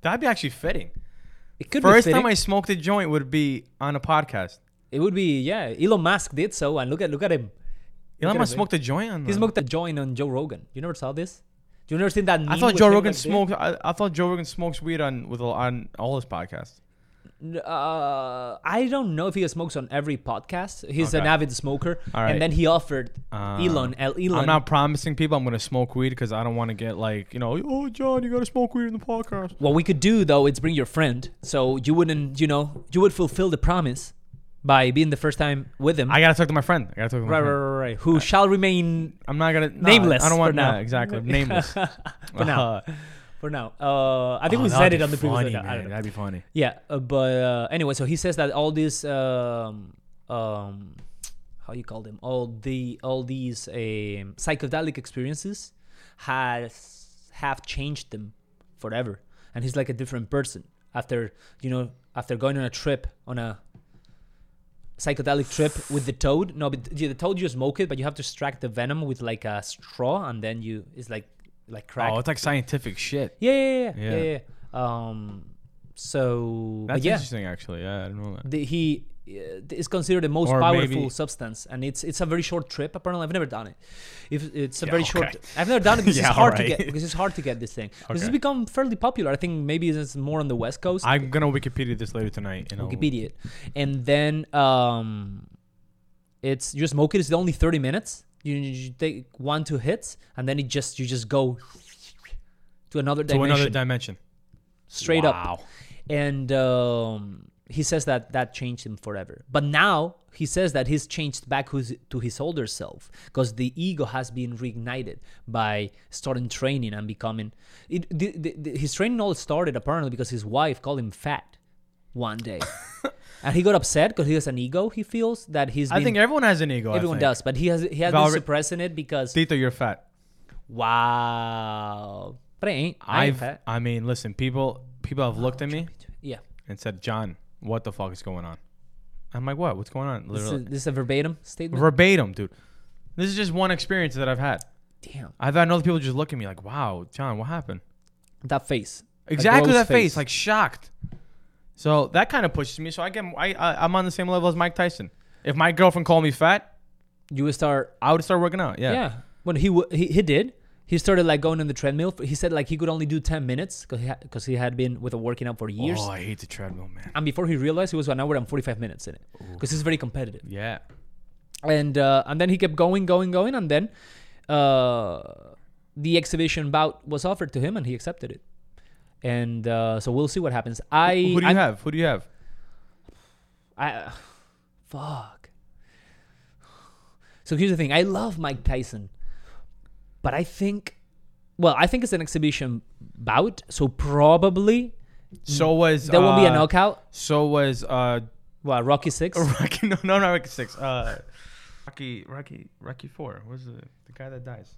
that'd be actually fitting. It could First be fitting. time I smoked a joint would be on a podcast. It would be yeah. Elon Musk did so, and look at look at him. Elon at Musk him. smoked a joint. On He that. smoked a joint on Joe Rogan. You never saw this? You never seen that? I meme thought with Joe him Rogan like this? smokes. I, I thought Joe Rogan smokes weed on with on all his podcasts. N- Uh, I don't know if he smokes on every podcast. He's an Okay. avid smoker, All right. and then he offered Uh, Elon. El Elon. I'm not promising people I'm gonna smoke weed because I don't want to get like you know. Oh, John, you gotta smoke weed in the podcast. What we could do though is bring your friend, so you wouldn't, you know, you would fulfill the promise by being the first time with him. I Uh, gotta talk to my friend. I gotta talk to my right, right, friend. right, right. Who shall remain I'm not gonna no, Nameless I don't want for now. no, exactly nameless. for now? for now, uh, oh, I think we said it on the previous. I don't know. That'd be funny. Yeah, uh, but uh, anyway, so he says that all these, um, um, how you call them, all the all these um, psychedelic experiences has have changed them forever, and he's like a different person after you know after going on a trip on a psychedelic trip with the toad. No, but yeah, the toad you smoke it, but you have to extract the venom with like a straw, and then you it's like like crack. Oh, it's like scientific shit. Yeah, yeah, yeah, yeah. Yeah. yeah, yeah. Um, so but That's yeah, interesting, actually. Yeah, I don't know that. the, he uh, is considered the most Or powerful maybe- substance, and it's it's a very short trip. Apparently, I've never done it. If it's a Yeah, very okay. short, I've never done it because Yeah, it's hard to alright. get because it's hard to get this thing. This has Okay. become fairly popular. I think maybe it's more on the west coast. I'm gonna Wikipedia this later tonight. And I'll- Wikipedia, it. and then um, it's you smoke it. It's only thirty minutes. You, you take one two hits, and then it just you just go to another to dimension another dimension. straight up. Wow. And um, he says that that changed him forever. But now he says that he's changed back his, to his older self because the ego has been reignited by starting training and becoming. It, the, the, the, his training all started apparently because his wife called him fat one day. and he got upset because he has an ego. He feels that he's. I Been, think everyone has an ego. I everyone think. does, but he has he has Valri- been suppressing it because Tito, you're fat. wow. But I ain't. I ain't I've. fat. I mean, listen, people. People have looked at me Yeah. and said, "John, what the fuck is going on?" I'm like, "What? What's going on?" This Literally, is, this is a verbatim statement. verbatim, dude. This is just one experience that I've had. Damn. I've had other people just look at me like, "Wow, John, what happened?" that face. A Exactly girl's that face, like shocked. So that kind of pushes me. So I get, I, I, I'm on the same level as Mike Tyson. If my girlfriend called me fat, you would start. I would start working out. Yeah. Yeah. When he, w- he he did, he started like going on the treadmill. He said like he could only do ten minutes because he because he had been with a working out for years. Oh, I hate the treadmill, man. And before he realized, he was an hour and forty five minutes in it because he's very competitive. Yeah. And uh, and then he kept going, going, going, and then uh, the exhibition bout was offered to him, and he accepted it. And uh, so we'll see what happens. I Who do you I'm- have? Who do you have? I uh, fuck. So here's the thing. I love Mike Tyson, but I think, well, I think it's an exhibition bout. So probably So was there won't be a uh, knockout. So was uh, Well, Rocky Six. Oh, Rocky. No, no, not Rocky Six. Uh, Rocky, Rocky, Rocky Four. Who's the the guy that dies?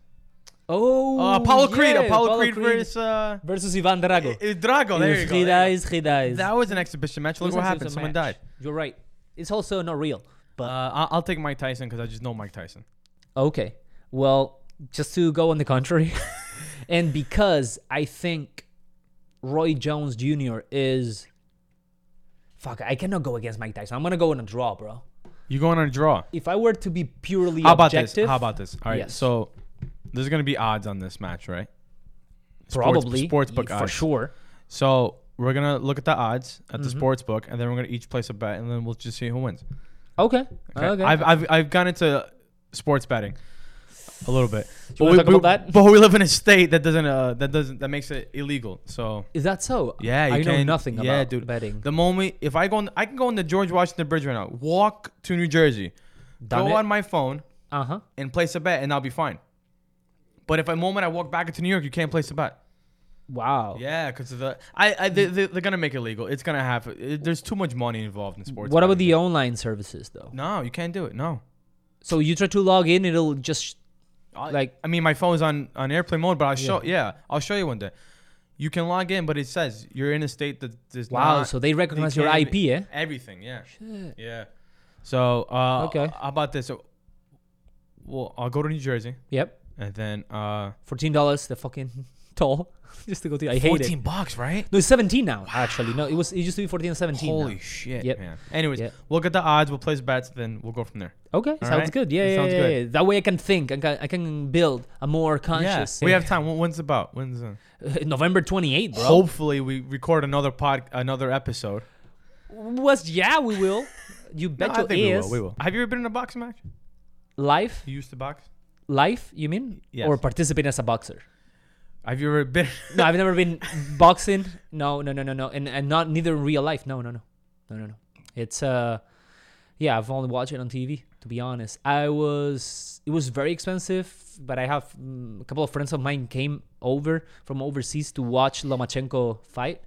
Oh, Uh, Apollo Creed. yeah, Apollo, Creed, versus uh, versus Ivan Drago. I- Drago. There He you go. There you dies. He dies. go. That was an exhibition match. Look It was what actually happened. a Someone died. match. You're right. It's also not real. Uh, But I- I'll take Mike Tyson because I just know Mike Tyson. Okay. Well, just to go on the contrary, and because I think Roy Jones Jr. is. Fuck, I cannot go against Mike Tyson. I'm going to go on a draw, bro. You going on a draw? If I were to be purely How about objective, this? How about this? All right. Yes. So there's gonna be odds on this match, right? Sports- probably sportsbook for odds. sure. So we're gonna look at the odds at the sports book, and then we're gonna each place a bet, and then we'll just see who wins. Okay. Okay. Okay. I've, I've I've gone into sports betting a little bit. you wanna we, talk we- about that? But we live in a state that doesn't uh, that doesn't that makes it illegal. So is that so? yeah, you I know can- nothing yeah, about dude. betting. The moment if I go on, I can go on the George Washington Bridge right now. Walk to New Jersey. Done go it. on my phone. Uh huh. and place a bet, and I'll be fine. But if a moment I walk back into New York, you can't place a bet. Wow. Yeah, because of the I, I they, they, they're gonna make it legal. It's gonna happen. It- there's too much money involved in sports. What about betting. the online services, though? No, you can't do it. No. So you try to log in, it'll just. I, Like- I mean, my phone's on on airplane mode, but I'll show. Yeah, I'll show you one day. You can log in, but it says you're in a state that does Wow, not- so they recognize your can't IP, be- eh? Everything, yeah. Yeah. So uh, Okay. How about this? So, well, I'll go to New Jersey Yep. and then uh, Fourteen dollars. The fucking toll just to go to. I hate it. fourteen bucks, right? No, it's seventeen now. Actually, no, it was it used to be fourteen and seventeen. now. Holy shit, Yep. man. Anyways, Yep. we'll get the odds. We'll place bets. Then we'll go from there. Okay, sounds right. good. Yeah, It yeah, sounds yeah, good. yeah. That way I can think. I can, I can build a more conscious. Yeah, we have time. Wh- When's about? When's the? November twenty eighth, bro. Hopefully, we record another pod, another episode. Was yeah, we will. You No, bet I your think we ears. will. We will. Have you ever been in a boxing match? Life, You used to box. life. You mean Yes. or participate as a boxer? Have you ever been? No, I've never been boxing. No, no, no, no, no, and and not neither in real life. No, no, no, no, no, no. It's uh, yeah, I've only watched it on TV. To be honest, I was it was very expensive, but I have mm, a couple of friends of mine came over from overseas to watch Lomachenko fight.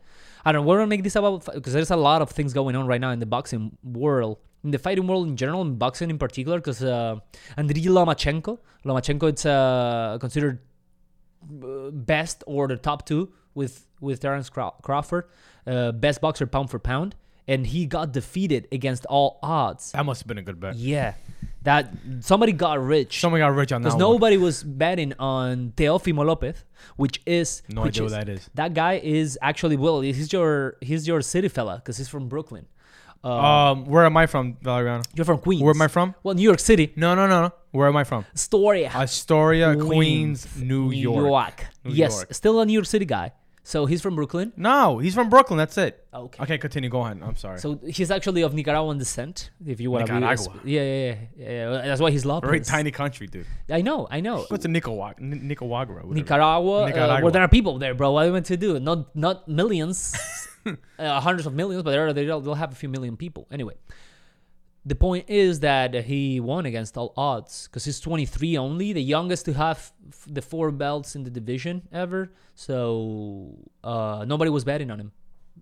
I don't know. We're gonna make this about because there's a lot of things going on right now in the boxing world, in the fighting world in general, and boxing in particular. Because uh, Andriy Lomachenko, Lomachenko, it's uh, considered uh, best or the top two with with Terrence Craw- Crawford, uh, best boxer pound for pound, and he got defeated against all odds. that must have been a good bet. Yeah, that somebody got rich Someone got rich on that. because one. nobody was betting on Teofimo Lopez, which is No which idea what that is. That guy is actually Will. He's your he's your city fella because he's from Brooklyn. Uh, Um, where am I from, Valeriano? You're from Queens. Where am I from? Well, New York City, No, no, no, no. Where am I from? Astoria. Astoria, Queens, New, York. Mm. New yes, York. still a New York City guy. So he's from Brooklyn. No, he's from Brooklyn. That's it. Okay. Okay, continue. Go ahead. I'm sorry. So he's actually of Nicaraguan descent, if you want to be. Nicaragua. Yeah, yeah, yeah, yeah. That's why he's Lopez. Very tiny country, dude. I know, I know. What's a Nicaragua? N- Nicaragua. whatever. Nicaragua, Uh, Nicaragua. where there are people there, bro. What do you want to do? Not not millions, uh, hundreds of millions, but they're- they'll, they'll have a few million people. Anyway, the point is that he won against all odds because he's 23 only, the youngest to have f- the four belts in the division ever. So uh, nobody was betting on him.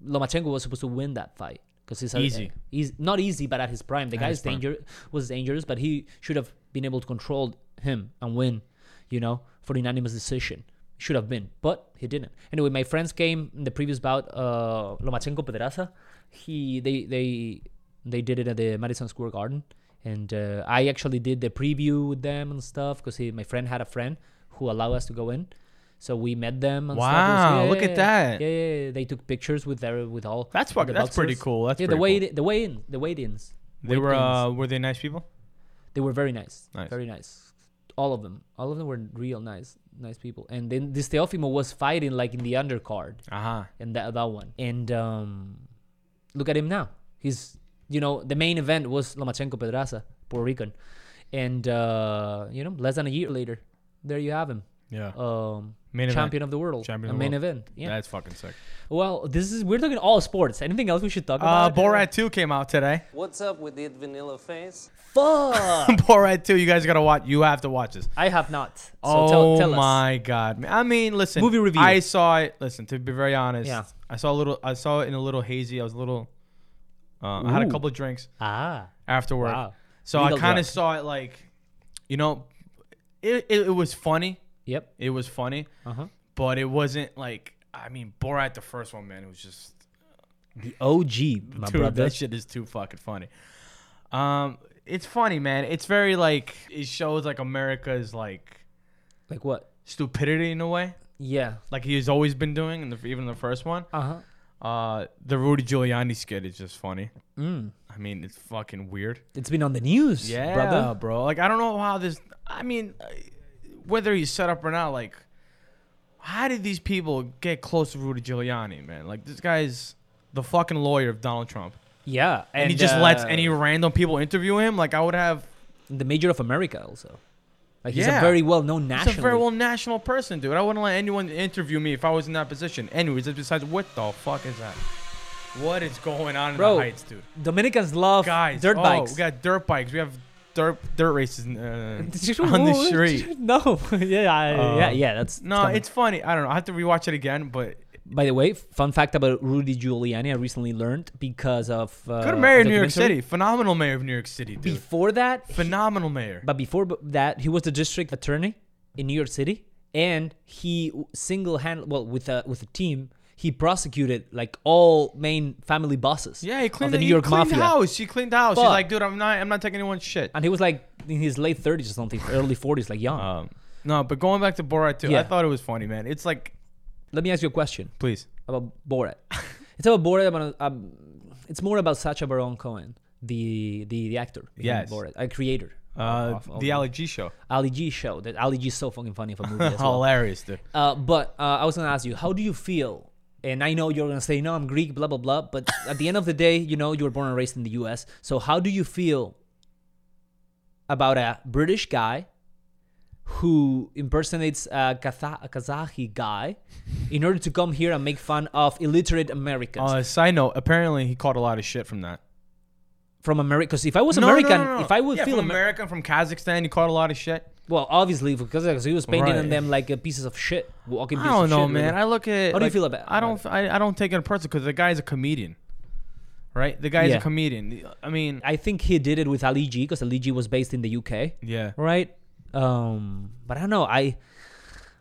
Lomachenko was supposed to win that fight because he's a- Easy. he's not easy, but at his prime, the his guy's prime. danger was dangerous, but he should have been able to control him and win. You know, for the unanimous decision, should have been, but he didn't. Anyway, my friends came in the previous bout. Uh, Lomachenko Pedraza, he they they they did it at the Madison Square Garden, and uh, I actually did the preview with them and stuff because my friend had a friend who allowed us to go in. So we met them. And stuff. Wow, It was- look at that. Yeah, yeah, yeah. They took pictures with their with all. That's the fuck- that's pretty boxers. cool. That's yeah. pretty the way cool. the way in the wait ins. They wait were ins. uh, were they nice people? They were very nice. Nice. Very nice. All of them. All of them were real nice, nice people. And then this Teofimo was fighting like in the undercard Uh-huh. and that that one. And um, look at him now. He's you know the main event was Lomachenko Pedraza, Puerto Rican, and uh, you know less than a year later, there you have him. Yeah. Um, Main event. champion of the world, Champion a of the main world. event. Yeah. That's fucking sick. well, this is we're talking all sports. Anything else we should talk Uh, about? Borat 2 came out today. What's up with that vanilla face? Fuck. Borat 2, you guys gotta watch. You have to watch this. I have not. So oh tell, tell us. my god! I mean, listen. Movie review. I saw it. Listen, to be very honest, Yeah. I saw a little. I saw it in a little hazy. I was a little. Uh, I had a Ooh. couple of drinks Ah. after work, Wow. so Legal I kind drug. of saw it like, you know, it, it, it was funny. Yep. It was funny, Uh huh. but it wasn't like. I mean, Borat the first one, man. It was just The OG, my Dude, brother. that shit is too fucking funny. Um, it's funny, man. It's very like it shows like America's like Like what? stupidity in a way, Yeah. like he's always been doing, in the, even the first one. Uh huh. Uh, the Rudy Giuliani skit is just funny. I mean, it's fucking weird. It's been on the news, Mm. Yeah, brother. bro. Like I don't know how this. I mean, uh, whether he's set up or not, like, how did these people get close to Rudy Giuliani, man? Like this guy's the fucking lawyer of Donald Trump, Yeah, and, he just lets uh, any random people interview him. Like I would have. the major of America also. Like he's Yeah. a very well known national. He's a very well national person, dude. I wouldn't let anyone interview me if I was in that position. Anyways, that's besides, what the fuck is that? What is going on in Bro, the heights, dude? Dominicans love guys. dirt oh, bikes. We got dirt bikes. We have dirt dirt races uh, on the street. Uh, No, yeah, I, yeah, yeah. That's No, coming. it's funny. I don't know. I have to rewatch it again, but By the way, fun fact about Rudy Giuliani, I recently learned because of uh, good mayor of New York documentary. City. Phenomenal mayor of New York City, dude. Before that, he- Phenomenal mayor. But before b- that, he was the district attorney in New York City, and he single handed well with a with a team. he prosecuted like all main family bosses. Yeah, he cleaned of the New he York cleaned mafia. house. He cleaned the house. She's But- like, dude, I'm not, I'm not taking anyone's shit. And he was like in his late thirties or something, early forties, like young. Um, no, but going back to Borat too, I Yeah. thought it was funny, man. It's like, Let me ask you a question please, about Borat. it's about Borat. About, um, it's more about Sacha Baron Cohen, the the, the actor. behind Yes. Borat, a creator. uh, of- of the Ali G show, Ali G show. That Ali G is so fucking funny for movie as well. hilarious, dude. Uh, but uh, I was gonna ask you, how do you feel? And I know you're gonna say, no, I'm Greek, blah blah blah. But at the end of the day, you know, you were born and raised in the U.S. So how do you feel about a British guy who impersonates a, Kaza- a Kazahi guy in order to come here and make fun of illiterate Americans Uh, side note, apparently he caught a lot of shit from that. from America? Because if I was American, if I would yeah, feel from Amer- American from Kazakhstan, he caught a lot of shit. well, obviously because because he was painting Right. on them like uh, pieces of shit, walking I pieces don't of know, shit, man. really. I look at it. How do you like, feel about- I don't. I, I don't take it in person because the guy's a comedian, right? The guy's Yeah. a comedian. I mean, I think he did it with Ali G because Ali G was based in the UK, yeah. right? Um, but I don't know. I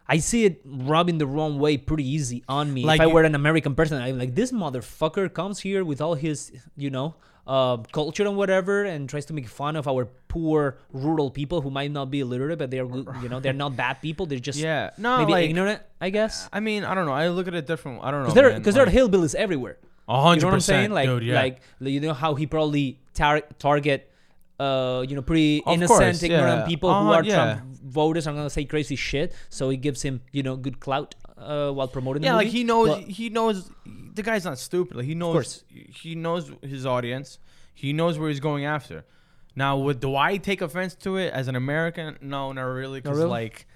I see it rubbing the wrong way pretty easy on me. Like if I you- were an American person, I'm like, this motherfucker comes here with all his, you know, uh, culture and whatever, and tries to make fun of our poor rural people who might not be illiterate, but they're, good- you know, they're not bad people. They're just Yeah. No, maybe like- ignorant, I guess. I mean, I don't know. I look at it different. I don't know. Because there, man. because there are Like, hillbillies everywhere. a hundred You know what I'm percent, saying? Like, dude, yeah. like you know how he probably tar- target, uh, you know, pretty Of innocent, course, ignorant yeah. people who Uh-huh, are yeah. Trump voters. I'm gonna say crazy shit, so it gives him, you know, good clout uh, while promoting. yeah, the like movie. he knows. But- he knows. The guy's not stupid. Like he knows. course. He knows his audience. He knows where he's going after. Now, would do I take offense to it as an American? No, not really. Because really? like,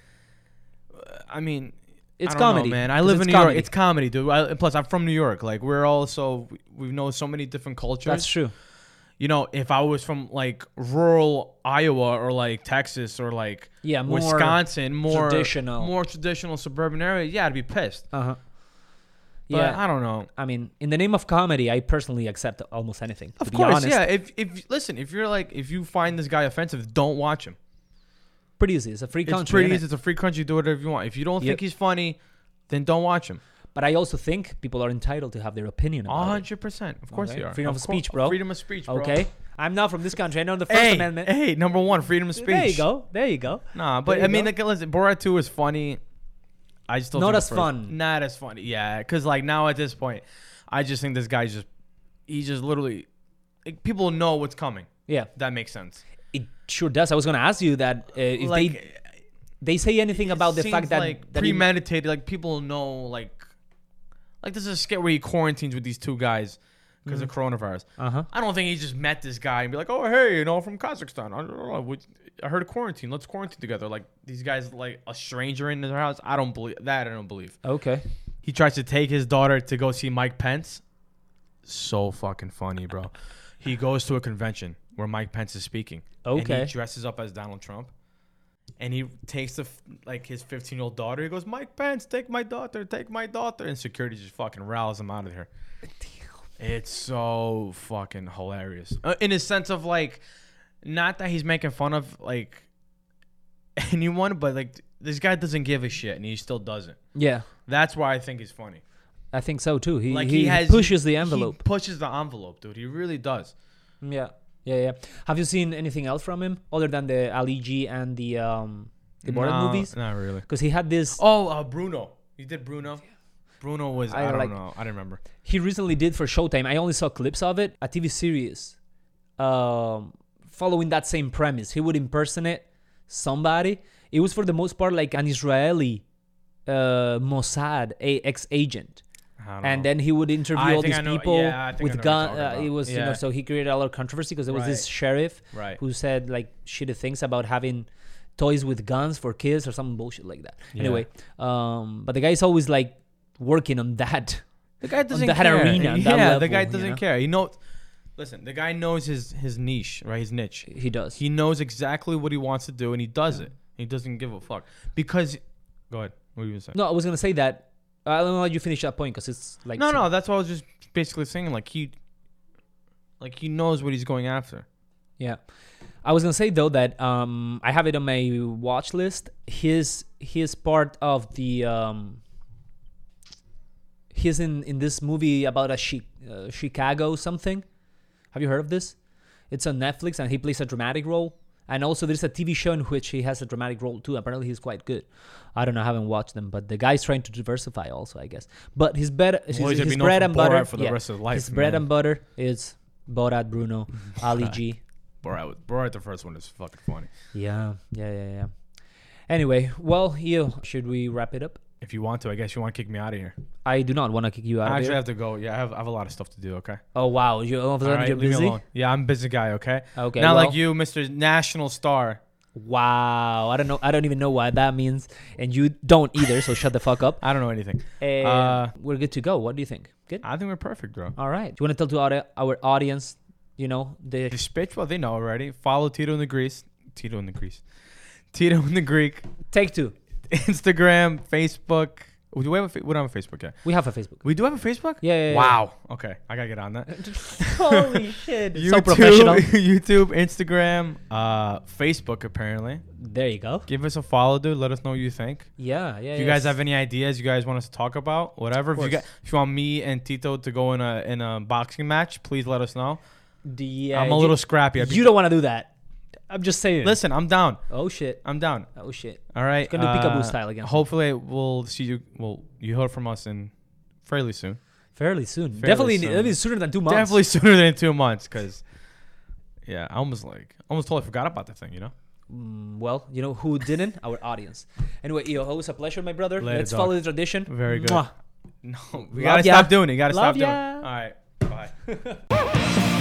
uh, I mean, It's I don't know, comedy, man. I 'cause live in it's New York. comedy. It's comedy, dude. I, and plus, I'm from New York. Like, we're also we know so many different cultures. that's true. You know, if I was from like rural Iowa or like Texas or like Yeah, more Wisconsin, more traditional. more traditional suburban area, yeah, I'd be pissed. Uh huh. But Yeah, I don't know. I mean, in the name of comedy, I personally accept almost anything. Of to be course, honest. yeah. If if listen, if you're like if you find this guy offensive, don't watch him. Pretty easy. It's a free It's country. pretty innit? easy. It's a free country. Do whatever you want. If you don't Yep. think he's funny, then don't watch him. But I also think people are entitled to have their opinion. A About it, hundred percent. Of course okay? you are. Freedom of course- speech, bro. Freedom of speech, Oh, bro. Okay, I'm not from this country. I know the First Hey, Amendment. hey, number one, freedom of speech. There you go. There you go. Nah, but There I you mean, go. like, listen, Borat Two is funny. I just don't Not think as the first- fun. Not as funny. Yeah, because like now at this point, I just think this guy's just he just literally like, people know what's coming. yeah. That makes sense. It sure does. I was going to ask you that uh, if like they they say anything it about the seems fact that, like that he- premeditated, like people know, like like this is a skit where he quarantines with these two guys because of coronavirus. Uh-huh. I don't think he just met this guy and be like, oh hey, you know, I'm from Kazakhstan. I don't know. what- I heard of quarantine. Let's quarantine together. Like these guys, like a stranger in their house. I don't believe that. I don't believe. okay. He tries to take his daughter to go see Mike Pence. So fucking funny, bro. he goes to a convention where Mike Pence is speaking. And Okay. he dresses up as Donald Trump. And he takes the f- like his 15 year old daughter. He goes, Mike Pence, take my daughter, take my daughter. And security just fucking riles him out of here. It's so fucking hilarious. Uh, in a sense of like, not that he's making fun of like anyone, but like this guy doesn't give a shit and he still doesn't. Yeah, That's why I think he's funny. I think so too. He Like he, he, has pushes the he envelope. pushes the envelope, dude. He really does. yeah, yeah, yeah. Have you seen anything else from him other than the Ali G and the um the Borat No, movies? Not really. Because he had this. Oh, uh, Bruno. You did Bruno. Bruno was I, I don't like- know. I don't remember. He recently did for Showtime. I only saw clips of it. A TV series, um, following that same premise. He would impersonate somebody. It was for the most part like an Israeli uh, Mossad a- ex agent. I don't and know. then he would interview Oh. I all think these I know- people yeah, I think I know with what you're gun. talking Uh, it about. was you know Yeah. so he created a lot of controversy because there was this Right. sheriff Right. who said like shitty things about having toys with guns for kids or some bullshit like that. Yeah. Anyway, um, but the guy is always like working on that. the guy doesn't that care. arena, yeah, that the level, guy you doesn't know? care. He knows. Listen, the guy knows his his niche, right? His niche. He does. He knows exactly what he wants to do, and he does it. He doesn't give a fuck because. Go ahead. What were you gonna say? no, I was gonna say that. I don't know how you finish that point because it's like No, no, that's what I was just basically saying. Like he, like he knows what he's going after. Yeah. I was gonna say though that um, I have it on my watch list. His his part of the um, He's in in this movie about a chi- uh, Chicago something. Have you heard of this? It's on Netflix, and he plays a dramatic role. And also, there's a TV show in which he has a dramatic role too. Apparently, he's quite good. I don't know, I haven't watched them, but the guy's trying to diversify also, I guess. But his bread, his, he's gonna his be known bread for and Borat butter for the rest of his life, His bread man. and butter is Borat, Bruno, Ali G. Borat, Borat, the first one is fucking funny. Yeah, yeah, yeah, yeah. Anyway, well, you should we wrap it up? If you want to, I guess you want to kick me out of here. I do not want to kick you I out. Of actually here. have to go. Yeah, I have, I have a lot of stuff to do. Okay. Oh wow, you all of a All sudden right, you're leave me busy. alone. Yeah, I'm a busy guy. Okay. Okay, Not well- like you, Mr. National Star. Wow, I don't know. I don't even know what that means, and you don't either. So shut the fuck up. I don't know anything. And Uh, we're good to go. What do you think? Good. I think we're perfect, bro. All right. Do you want to tell to our, our audience? You know the The speech, well, they know already. Follow Tito in the Greece. Tito in the Greece. Tito in the Greek. take two. Instagram, Facebook. Do we have a, fa- we don't have a Facebook yet. We have a Facebook. We do have a Facebook? Yeah, yeah, yeah. Wow. Okay. I got to get on that. Holy shit! YouTube, so professional. YouTube, Instagram, uh, Facebook, apparently. There you go. Give us a follow, dude. Let us know what you think. Yeah, yeah. If you guys yes. have any ideas you guys want us to talk about, whatever. If you, course. guys, if you want me and Tito to go in a in a boxing match, please let us know. Do you- I'm a you- little scrappy. I'd be- E You don't want to do that. I'm just saying. Listen, I'm down. Oh shit. I'm down. Oh shit. All right. uh, Gonna do peekaboo style again. Hopefully, we'll see you. Well, you heard from us in fairly soon. Fairly soon. Definitely, soon. it'll be sooner than two months. Definitely sooner than two months, because yeah, I almost like almost totally forgot about that thing. You know. Mm, Well, you know who didn't? Our audience. Anyway, Io, always a pleasure, my brother. Later, Let's dog. follow the tradition. Very good. Mwah. No, we Love gotta ya. stop doing it. You gotta stop Love doing ya. it. All right. Bye.